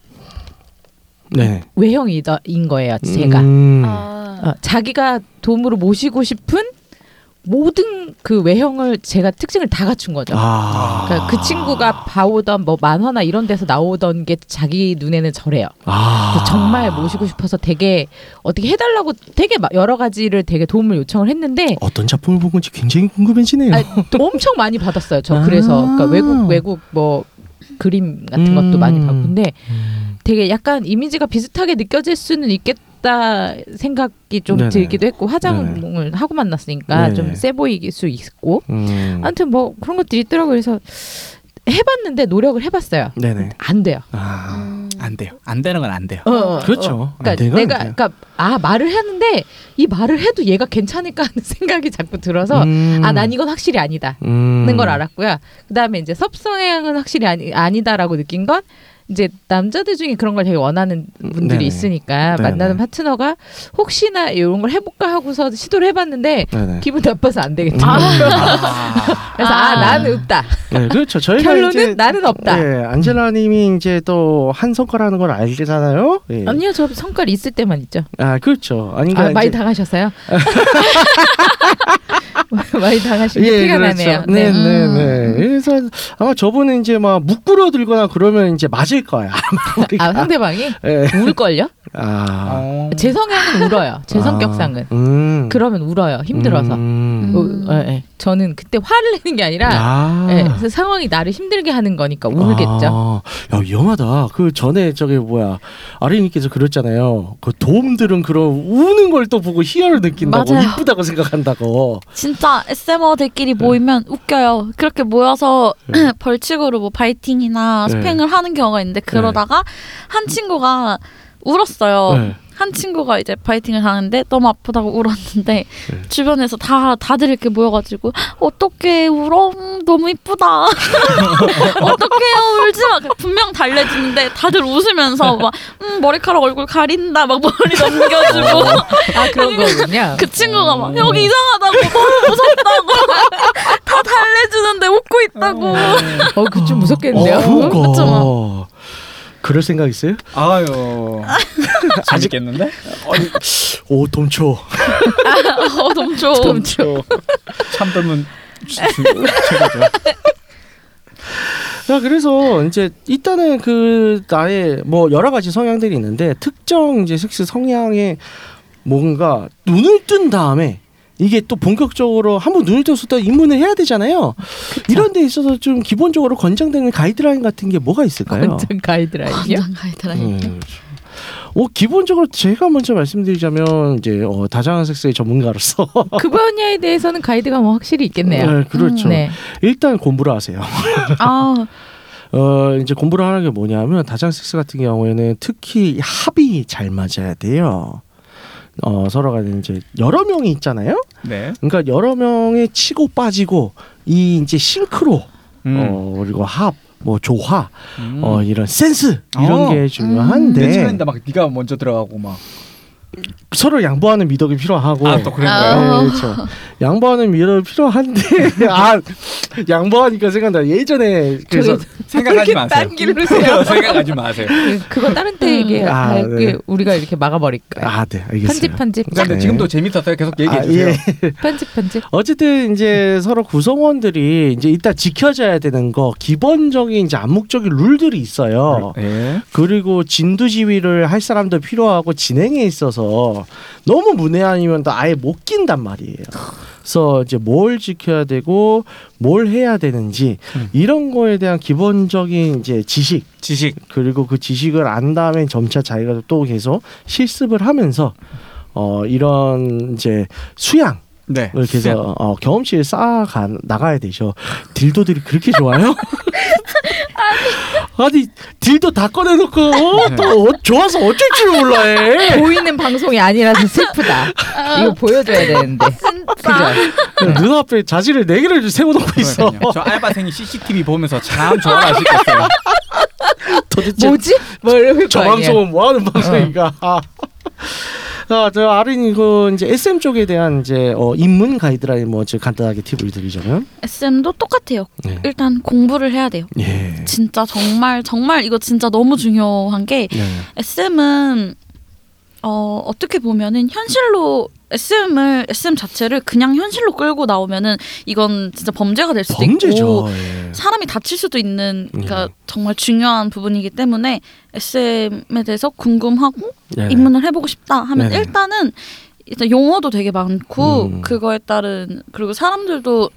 네네.
외형인 거예요. 제가
음.
어, 자기가 돔으로 모시고 싶은 모든 그 외형을 제가 특징을 다 갖춘 거죠.
아.
그러니까 그 친구가 봐오던 뭐 만화나 이런 데서 나오던 게 자기 눈에는 저래요.
아.
그래서 정말 모시고 싶어서 되게 어떻게 해달라고 되게 막 여러 가지를 되게 도움을 요청을 했는데
어떤 작품을 본 건지 굉장히 궁금해지네요.
아니, 엄청 많이 받았어요. 저
아.
그래서 그러니까 외국 외국 뭐 그림 같은 것도
음.
많이 받고 근데
음.
되게 약간 이미지가 비슷하게 느껴질 수는 있겠다 생각이 좀
네네.
들기도 했고 화장을 하고 만났으니까
네네.
좀 세 보일 수 있고
음.
아무튼 뭐 그런 것들이 있더라고요. 그래서 해봤는데 노력을 해봤어요.
네네.
안 돼요.
아.
안 돼요. 안 되는 건 안 돼요.
어, 어, 어.
그렇죠. 안
그러니까
되는 건
내가
안 돼요.
그러니까 아 말을 하는데 이 말을 해도 얘가 괜찮을까 하는 생각이 자꾸 들어서
음.
아 난 이건 확실히 아니다.
음.
있는 걸 알았고요. 그다음에 이제 섭성향은 확실히 아니, 아니다라고 느낀 건 이제 남자들 중에 그런 걸 되게 원하는 분들이
음, 네네.
있으니까
네네.
만나는 파트너가 혹시나 이런 걸 해볼까 하고서 시도를 해봤는데
네네. 음.
기분 나빠서 안 되겠다.
아.
그래서 아,
아.
나는 없다.
네, 그렇죠. 저희가
결론은
이제
나는 없다.
예, 안젤라님이 이제 또 한 성과라는 걸 알잖아요. 예.
아니요, 저 성깔 있을 때만 있죠.
아 그렇죠. 아닌가
아, 많이
이제-
당하셨어요? 많이 당하시면
예,
티가
그렇죠.
나네요.
네,
네.
네, 네. 그래서 아마 저분은 이제 막 묶으러 들거나 그러면 이제 맞을 거야. 우리가.
아, 상대방이
예.
울걸요?
아.
어.
제 성향은 울어요. 제
아.
성격상은.
음.
그러면 울어요. 힘들어서.
음.
음.
어, 예, 예. 저는 그때 화를 내는 게 아니라
아.
예, 그래서 상황이 나를 힘들게 하는 거니까 울겠죠.
아, 야 위험하다. 그 전에 저기 뭐야 아린님께서 그랬잖아요. 그 도움들은 그런 우는 걸 또 보고 희열을 느낀다고
맞아요.
이쁘다고 생각한다고.
진짜 SM어들끼리 모이면 웃겨요. 그렇게 모여서
네.
벌칙으로 뭐 바이팅이나
네.
스팽을 하는 경우가 있는데 그러다가 한 친구가 울었어요.
네.
한 친구가 이제 바이팅을 하는데 너무 아프다고 울었는데
네.
주변에서 다 다들 이렇게 모여가지고 어떻게 울어 음, 너무 이쁘다 어떡해요 울지 마 분명 달래주는데 다들 웃으면서 막 음, 머리카락 얼굴 가린다 막 머리
어.
넘겨주고
아 그런 거군요.
그 친구가 막 여기 이상하다고 너무 무섭다고 다 달래주는데 웃고 있다고
어, 그 좀 무섭겠는데요. 뭐.
어,
그쵸,
그거. 그럴 생각 있어요?
아유. 재밌겠는데?
오 돔초.
어 넘쳐
저 참돔은 주- 주- 최고죠.
자 그래서 이제 일단은 그 나의 뭐 여러 가지 성향들이 있는데 특정 이제 섹스 성향에 뭔가 눈을 뜬 다음에 이게 또 본격적으로 한번 눈을 떴을 때 입문을 해야 되잖아요. 이런 데 있어서 좀 기본적으로 권장되는 가이드라인 같은 게 뭐가 있을까요?
아,
아,
완전 가이드라인이요.
완전 가이드라인
음, 그렇죠. 어, 기본적으로 제가 먼저 말씀드리자면 이제 어, 다양한 섹스의 전문가로서
그 분야에 대해서는 가이드가 뭐 확실히 있겠네요.
네,
음,
그렇죠.
네.
일단 공부를 하세요.
아,
어, 이제 공부를 하는 게 뭐냐면 다자연 섹스 같은 경우에는 특히 합이 잘 맞아야 돼요. 어, 서로가 이제 여러 명이 있잖아요.
네.
그러니까 여러 명의 치고 빠지고 이 이제 싱크로
음.
어, 그리고 합, 뭐 조화, 어, 이런 센스 이런
어.
게 중요한데
내친구인데 막 네가 먼저 들어가고 막.
서로 양보하는 미덕이 필요하고
아또 그런
아.
거예요?
네, 그렇죠. 양보하는 미덕이 필요한데 아 양보하니까 생각나 예전에 그래서
생각하지 마세요.
딴 길로 세요.
생각하지 마세요.
그거 다른 때 얘기해.
아,
아,
네.
그게 우리가 이렇게 막아버릴 거야.
아 네 알겠어요.
편집 편집
근데
네.
지금도 재밌었어요. 계속 얘기해
아,
주세요.
예.
편집 편집.
어쨌든 이제 서로 구성원들이 이제 일단 지켜져야 되는 거 기본적인 이제 암묵적인 룰들이 있어요.
예.
그리고 진두지휘를 할 사람도 필요하고 진행에 있어서 너무 문외한이면 또 아예 못 낀단 말이에요. 그래서 이제 뭘 지켜야 되고 뭘 해야 되는지
음.
이런 거에 대한 기본적인 이제 지식
지식.
그리고 그 지식을 안 다음에 점차 자기가 또 계속 실습을 하면서 어 이런 이제 수양
네.
이렇게 해서 어, 경험치를 쌓아가 나가야 되죠. 딜도들이 그렇게 좋아요? 아니 딜도 다 꺼내놓고 어, 또 어, 좋아서 어쩔 줄 몰라해.
보이는 방송이 아니라서 슬프다. 이거 보여줘야 되는데. 그죠?
눈앞에 자질을 네 개를 세워놓고 있어.
그러니까요. 저 알바생이 CCTV 보면서 참 좋아하시겠어요.
도대체
뭐지? 뭐 이럴
저
거 아니야.
방송은 뭐
예.
하는 방송인가?
어.
아. 아, 저 아린 그 이제 SM 쪽에 대한 이제 어, 입문 가이드라인 뭐제 간단하게 팁을 드리자면
SM도 똑같아요.
네.
일단 공부를 해야 돼요.
예.
진짜 정말 정말 이거 진짜 너무 중요한 게
네.
SM은 어, 어떻게 보면은 현실로 SM을 SM 자체를 그냥 현실로 끌고 나오면은 이건 진짜 범죄가 될 수도
범죄죠.
있고
예.
사람이 다칠 수도 있는 그러니까
음.
정말 중요한 부분이기 때문에 SM에 대해서 궁금하고
네.
입문을 해보고 싶다 하면
네네.
일단은 일단 용어도 되게 많고
음.
그거에 따른 그리고 사람들도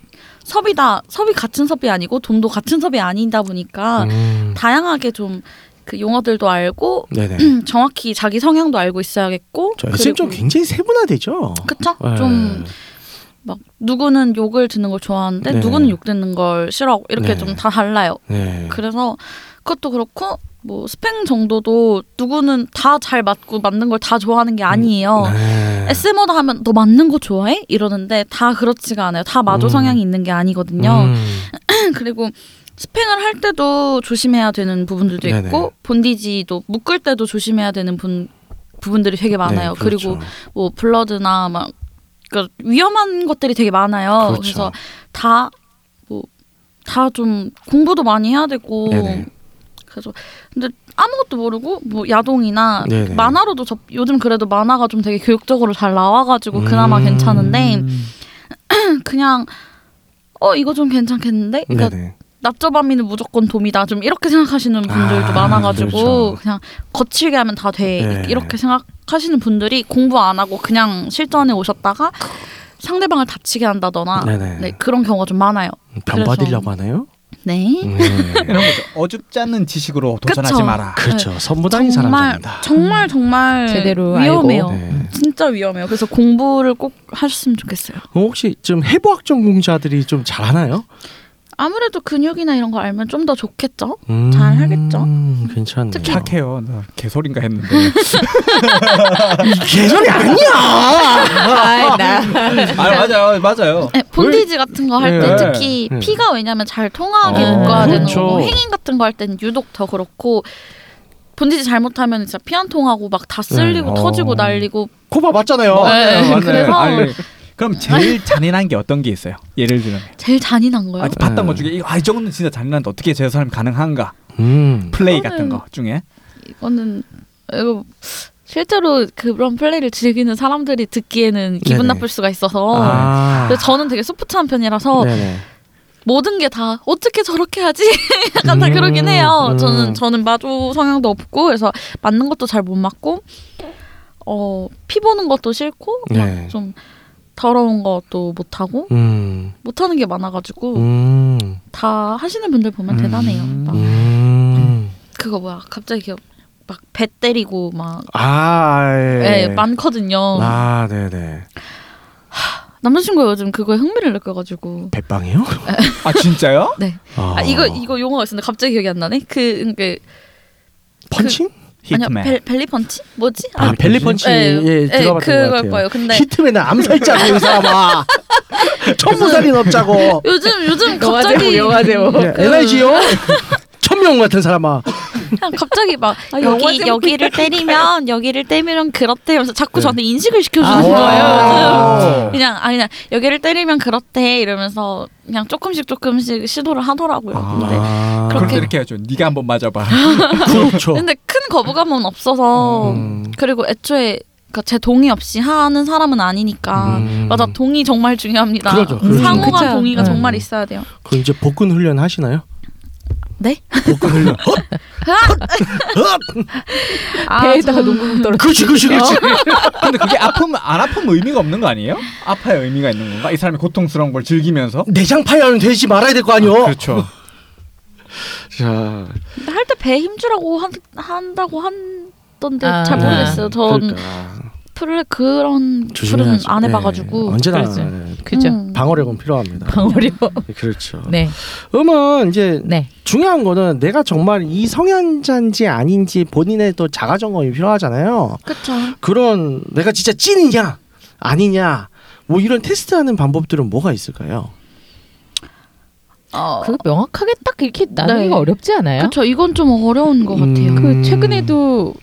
섭이다 섭이 같은 섭이 아니고 돈도 같은 섭이 아니다 보니까
음.
다양하게 좀 그 용어들도 알고 음,
네네.
정확히 자기 성향도 알고 있어야겠고
저 SM 좀 굉장히 세분화되죠.
그쵸
예.
좀 막 누구는 욕을 듣는 걸 좋아하는데
네.
누구는 욕 듣는 걸 싫어하고 이렇게
네.
좀 다 달라요
네.
그래서 그것도 그렇고 뭐 스팽 정도도 누구는 다 잘 맞고 맞는 걸 다 좋아하는 게 아니에요.
음. 네.
SM어다 하면 너 맞는 거 좋아해? 이러는데 다 그렇지가 않아요. 다 마조
음.
성향이 있는 게 아니거든요.
음.
그리고 스팽을 할 때도 조심해야 되는 부분들도
네네.
있고 본디지도 묶을 때도 조심해야 되는 분, 부분들이 되게 많아요.
네,
그리고뭐 블러드나 막 그러니까 위험한 것들이 되게 많아요.
그렇죠.
그래서 다 뭐 다 좀 공부도 많이 해야 되고
네네.
그래서 근데 아무것도 모르고 뭐 야동이나
네네.
만화로도 접, 요즘 그래도 만화가 좀 되게 교육적으로 잘 나와가지고 그나마
음.
괜찮은데 그냥 어 이거 좀 괜찮겠는데 그러니까
네네.
납조밤이는 무조건 돔이다 좀 이렇게 생각하시는 분들도
아,
많아가지고
그렇죠.
그냥 거칠게 하면 다 돼
네.
이렇게 생각하시는 분들이 공부 안 하고 그냥 실전에 오셨다가 상대방을 다치게 한다거나
네네.
네, 그런 경우가 좀 많아요.
변
그래서-
받으려고 하나요?
네.
네.
이런 거죠. 어줍지 않은 지식으로 도전하지
그쵸.
마라.
그렇죠. 선무당인
네. 정말 그렇죠. 음.
사람입니다.
정말 정말
제대로
위험해요.
알고.
네.
진짜 위험해요. 그래서 공부를 꼭 하셨으면 좋겠어요.
그럼 혹시 좀 해부학 전공자들이 좀 잘하나요?
아무래도 근육이나 이런 거 알면 좀 더 좋겠죠?
음, 아,
잘하겠죠.
괜찮네.
특히-
착해요. 나 개소린가 했는데.
개소리 아니야.
아, 나.
아 맞아요, 맞아요.
네, 본디지 같은 거 할 때
네.
특히
네.
피가 왜냐면 잘 통하게
어,
묶어야 되는
그렇죠.
거고 행인 같은 거 할 때는 유독 더 그렇고 본디지 잘못하면 진짜 피 안 통하고 막 다 쓸리고
네.
터지고
어.
날리고
코바 맞잖아요.
네, 그래서-
그럼 제일 잔인한 게 어떤 게 있어요? 예를 들면
제일 잔인한 거예요.
아, 봤던 것 중에 이거 아, 이 정도는 진짜 잔인한데 어떻게 저 사람이 가능한가?
음.
플레이
저는-
같은 거 중에
이거는 이거 실제로 그런 플레이를 즐기는 사람들이 듣기에는 기분
네네.
나쁠 수가 있어서
아.
그래서 저는 되게 소프트한 편이라서
네네.
모든 게 다 어떻게 저렇게 하지 약간 다
음,
그러긴 해요.
음.
저는 저는 마조 성향도 없고 그래서 맞는 것도 잘 못 맞고 어 피 보는 것도 싫고 막
네.
좀 더러운 것도 못 하고
음.
못 하는 게 많아가지고
음.
다 하시는 분들 보면
음.
아. 대단해요. 막
음.
그거 뭐야 갑자기 기억 막 배 때리고 막
아,
예,
예.
많거든요.
아, 네네.
남자친구가 요즘 그거에 흥미를 느껴가지고
배빵이요?
아 진짜요?
네.
아,
아 이거 이거 용어가 있었는데 갑자기 기억이 안 나네. 그 그,
펀칭?
아니야
히트맨.
벨, 벨리 펀치? 뭐지?
아,
그 아,
벨리 펀치
예,
예,
예,
들어봤던 것
그걸
같아요.
거예요. 근데-
히트맨은 암살자고 이 사람아. 천무살이 없자고.
요즘 요즘
뭐,
갑자기 뭐그
예, NIG요? 천명 같은 사람아.
그냥 갑자기 막
아, 영화
여기
제목이
여기를 때리면 여기를 때리면 그렇대 하면서 자꾸
네.
저한테 인식을 시켜주는
아.
거예요.
오.
요즘. 그냥 아 그냥 여기를 때리면 그렇대 이러면서 그냥 조금씩 조금씩 시도를 하더라고요. 근데
아,
그런데
네. 그렇게-
이렇게 해줘. 네가 한번 맞아봐.
그렇죠.
근데 큰 거부감은 없어서
음.
그리고 애초에 그러니까 제 동의 없이 하는 사람은 아니니까
음.
맞아 동의 정말 중요합니다.
그러죠, 그렇죠.
상호간
그쵸.
동의가
네.
정말 있어야 돼요.
그 이제 복근 훈련 하시나요?
네?
복근 훈련. 헛! 헛!
아,
배에다가 농구공 떨어.
그렇죠.
그렇지, 그렇지, 그렇지.
근데 그게 아픔 안 아픔 의미가 없는 거 아니에요? 아파야 의미가 있는 건가? 이 사람이 고통스러운 걸 즐기면서.
내장 파열은 되지 말아야 될 거 아니요.
그렇죠.
자,
할 때 배 힘주라고 한, 한다고 한던데
아.
잘 모르겠어요. 전
네. 그러니까.
풀을 그런 풀은
조심해야죠.
안
네.
해봐가지고
언제나
그렇죠.
네.
그죠.
음.
방어력은 필요합니다.
방어려.
네, 그렇죠.
네.
음은 이제
네.
중요한 거는 내가 정말 이 성향자인지 아닌지 본인의 또 자가 점검이 필요하잖아요.
그쵸.
그런 내가 진짜 찐이냐 아니냐 뭐 이런 테스트하는 방법들은 뭐가 있을까요?
어,
그 명확하게 딱 이렇게 나누기가
네.
어렵지 않아요?
그쵸. 이건 좀 어려운 것
음.
같아요.
그 최근에도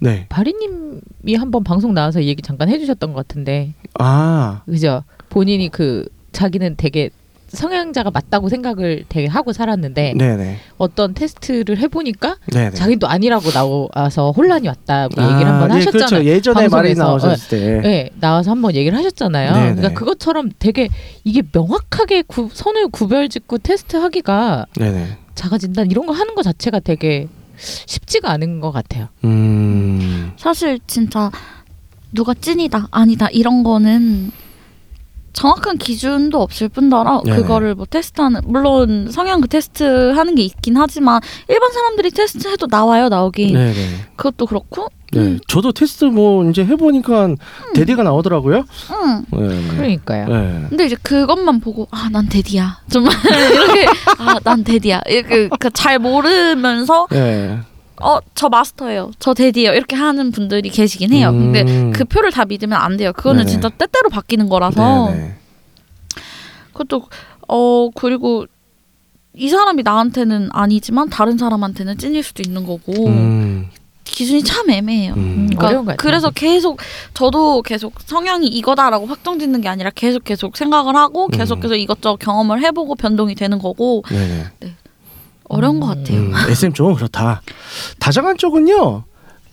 네.
바리님이 한번 방송 나와서 얘기 잠깐 해주셨던 것 같은데
아,
그죠? 본인이 그 자기는 되게 성향자가 맞다고 생각을 되게 하고 살았는데
네, 네,
어떤 테스트를 해보니까
네, 네.
자기도 아니라고 나와서 혼란이 왔다 뭐 얘기를 한번
예,
하셨잖아요.
그렇죠. 예전에 말이
방송에서.
나오셨을 때.
네, 나와서 한번 얘기를 하셨잖아요.
네네.
그러니까 그것처럼 되게 이게 명확하게 구, 선을 구별짓고 테스트하기가
네, 네.
자가진단 이런 거 하는 거 자체가 되게 쉽지가 않은 것 같아요.
음.
사실 진짜 누가 찐이다 아니다 이런 거는 정확한 기준도 없을 뿐더러
네네.
그거를 뭐 테스트하는 물론 성향 그 테스트 하는 게 있긴 하지만 일반 사람들이 테스트해도 나와요 나오긴
네, 네.
그것도 그렇고
네.
음.
저도 테스트 뭐 이제 해 보니까 대대가 나오더라고요.
응
네. 네.
그러니까요.
네.
근데 이제 그것만 보고 아 난 데디야 정말 이렇게 아 난 데디야 이렇게 그잘 모르면서
네.
어 저 마스터예요 저 데디예요 이렇게 하는 분들이 계시긴 해요 근데
음.
그 표를 다 믿으면 안 돼요 그거는
네네.
진짜 때때로 바뀌는 거라서
네, 네.
그것도 어 그리고 이 사람이 나한테는 아니지만 다른 사람한테는 찐일 수도 있는 거고
음.
기준이 참 애매해요
음.
그러니까 어려운 것 같아요.
그래서 계속 저도 계속 성향이 이거다라고 확정짓는 게 아니라 계속 계속 생각을 하고 계속
음.
계속 이것저것 경험을 해보고 변동이 되는 거고
네, 네.
어려운 것 같아요.
음, SM 쪽은 그렇다. 다정한 쪽은요.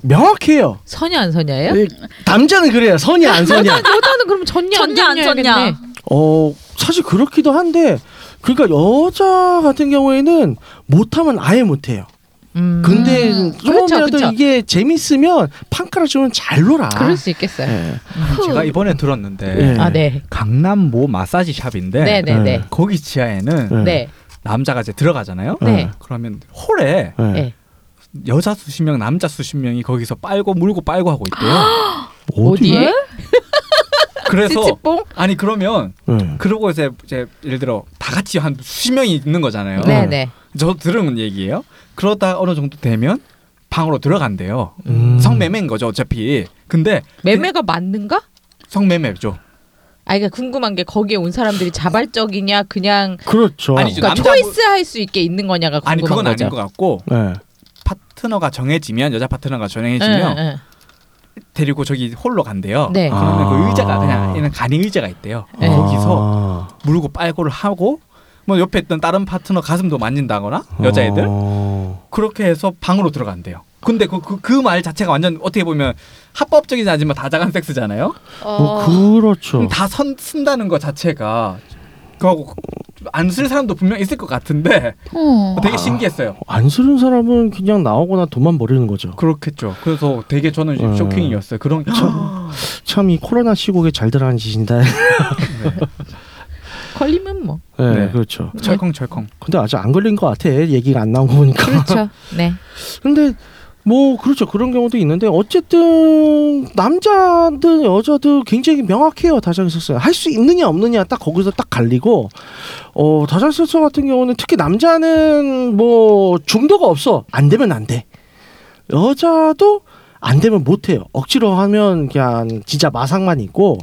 명확해요.
선녀 안 선녀예요?
예, 남자는 그래요. 선이 안 선이야.
여자는 그럼 전냐 안
전냐 안 전냐.
전냐겠네.
어 사실 그렇기도 한데 그러니까 여자 같은 경우에는 못하면 아예 못해요.
음, 그렇죠,
근데
음.
조금이라도
그쵸, 그쵸.
이게 재밌으면 판가를 주면 잘 놀아.
그럴 수 있겠어요. 음.
예.
제가 이번에 들었는데
네.
아 네,
강남 모 마사지 샵인데
네, 네, 네,
거기 지하에는
네.
네,
남자가 이제 들어가잖아요.
네.
예.
예. 그러면 홀에
예.
네.
여자 수십 명, 남자 수십 명이 거기서 빨고 물고 빨고 하고 있대요.
어디에?
그래서
찌찌뽕?
아니 그러면
예.
그러고 이제, 이제 예를 들어 다 같이 한 수십 명이 있는 거잖아요.
네, 네.
저 들은 얘기예요. 그러다 어느 정도 되면 방으로 들어간대요.
음.
성매매인 거죠 어차피. 근데
매매가 맞는가?
성매매죠.
아, 그러니까 궁금한 게 거기에 온 사람들이 자발적이냐, 그냥
그렇죠.
아니죠.
그러니까
남자
초이스 할 수 있게 있는 거냐가 궁금한
아니 그건
거죠.
아닌 것 같고
예.
파트너가 정해지면 여자 파트너가 정해지면
응,
데리고 저기 홀로 간대요.
응. 네.
아.
그러면 그 의자가 그냥 얘는 간이 의자가 있대요.
네.
거기서
아.
물고 빨고를 하고 뭐 옆에 있던 다른 파트너 가슴도 만진다거나 여자애들
어.
그렇게 해서 방으로 들어간대요. 근데 그 그 말 자체가 완전 어떻게 보면 합법적이지 않지만 다자간 섹스잖아요.
어, 그렇죠.
그럼 다 선, 쓴다는 것 자체가 그하고 안 쓸 사람도 분명 있을 것 같은데
어.
되게 신기했어요.
안 쓰는 사람은 그냥 나오거나 돈만 버리는 거죠.
그렇겠죠. 그래서 되게 저는
음.
쇼킹이었어요. 그런 게
참 이 코로나 시국에 잘 들어간 짓인데.
걸리면 뭐.
네,
네.
그렇죠.
철컹철컹.
근데 아직 안 걸린 것 같아. 얘기가 안 나온 거 보니까.
그렇죠. 네.
근데 뭐 그렇죠 그런 경우도 있는데 어쨌든 남자든 여자든 굉장히 명확해요 다자기 섹스 할 수 있느냐 없느냐 딱 거기서 딱 갈리고 어 다자기 섹스 같은 경우는 특히 남자는 뭐 중도가 없어 안 되면 안 돼 여자도 안 되면 못 해요 억지로 하면 그냥 진짜 마상만 있고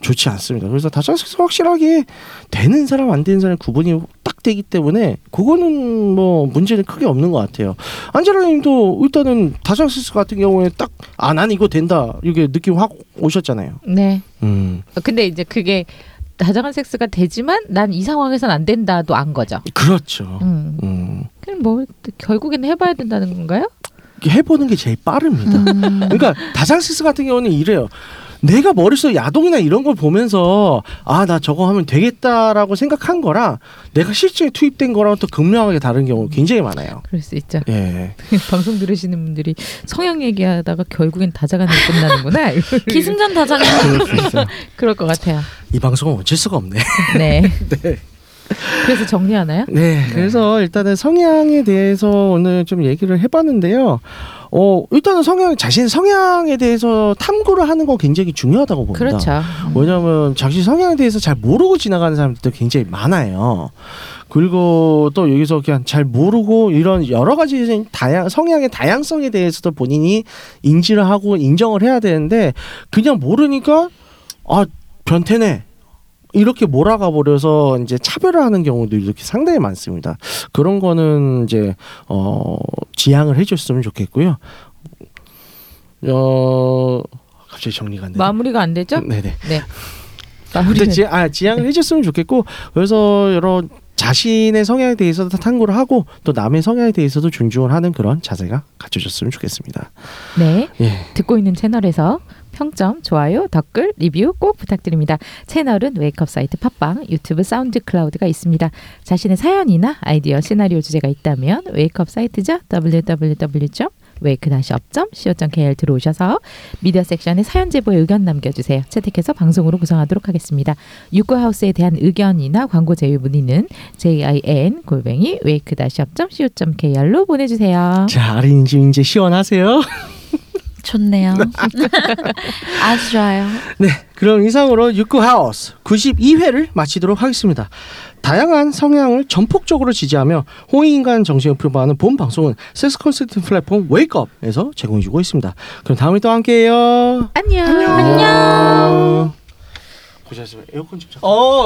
좋지 않습니다 그래서 다자기 섹스 확실하게 되는 사람 안 되는 사람 구분이 딱 되기 때문에 그거는 뭐 문제는 크게 없는 것 같아요. 안젤라님도 일단은 다자스스 같은 경우에 딱 아난 이거 된다 이게 느낌 확 오셨잖아요.
네.
음
근데 이제 그게 다정한 섹스가 되지만 난 이 상황에선 안 된다도 안 거죠.
그렇죠.
음.
음
그럼 뭐 결국에는 해봐야 된다는 건가요?
해보는 게 제일 빠릅니다.
음.
그러니까 다자스스 같은 경우는 이래요. 내가 머릿속에 야동이나 이런 걸 보면서 아 나 저거 하면 되겠다라고 생각한 거랑 내가 실제 투입된 거랑 또 극명하게 다른 경우 굉장히 많아요.
그럴 수 있죠.
예.
방송 들으시는 분들이 성형 얘기하다가 결국엔 다자간이 끝나는구나.
기승전 다자간
그럴 수 있어요.
그럴 것 같아요.
이 방송은 어쩔 수가 없네.
네. 그래서 정리하나요?
네, 그래서 일단은 성향에 대해서 오늘 좀 얘기를 해봤는데요. 어, 일단은 성향, 자신의 성향에 대해서 탐구를 하는 거 굉장히 중요하다고 봅니다.
그렇죠.
왜냐하면 자기 성향에 대해서 잘 모르고 지나가는 사람들도 굉장히 많아요. 그리고 또 여기서 그냥 잘 모르고 이런 여러 가지 다양 성향의 다양성에 대해서도 본인이 인지를 하고 인정을 해야 되는데 그냥 모르니까 아 변태네 이렇게 몰아가 버려서 이제 차별을 하는 경우도 이렇게 상당히 많습니다. 그런 거는 이제 어 지양을 해줬으면 좋겠고요. 어 갑자기 정리가 안 되네.
마무리가 안 되죠?
네네.
네.
근데
마무리는
지, 아, 지향을 해줬으면 좋겠고 그래서 여러 자신의 성향에 대해서도 탐구를 하고 또 남의 성향에 대해서도 존중을 하는 그런 자세가 갖춰졌으면 좋겠습니다.
네.
예.
듣고 있는 채널에서 평점, 좋아요, 댓글, 리뷰 꼭 부탁드립니다. 채널은 웨이크업 사이트 팟빵, 유튜브 사운드 클라우드가 있습니다. 자신의 사연이나 아이디어, 시나리오 주제가 있다면 웨이크업 사이트죠. www. wake-up.co.kr 들어오셔서 미디어 섹션에 사연 제보의 의견 남겨주세요. 채택해서 방송으로 구성하도록 하겠습니다. 유쿠하우스에 대한 의견이나 광고 제휴 문의는 jin 골뱅이 wake-up.co.kr로 보내주세요.
자, 아린님 이제 시원하세요.
좋네요. 아주 좋아요.
네, 그럼 이상으로 육구하우스 92회를 마치도록 하겠습니다. 다양한 성향을 전폭적으로 지지하며 호의인간 정신을 표방하는 본 방송은 섹스 컨설팅 플랫폼 웨이크업에서 제공해주고 있습니다. 그럼 다음에 또 함께해요.
안녕.
안녕. 고생하셨습니다. 에어컨 좀. 어,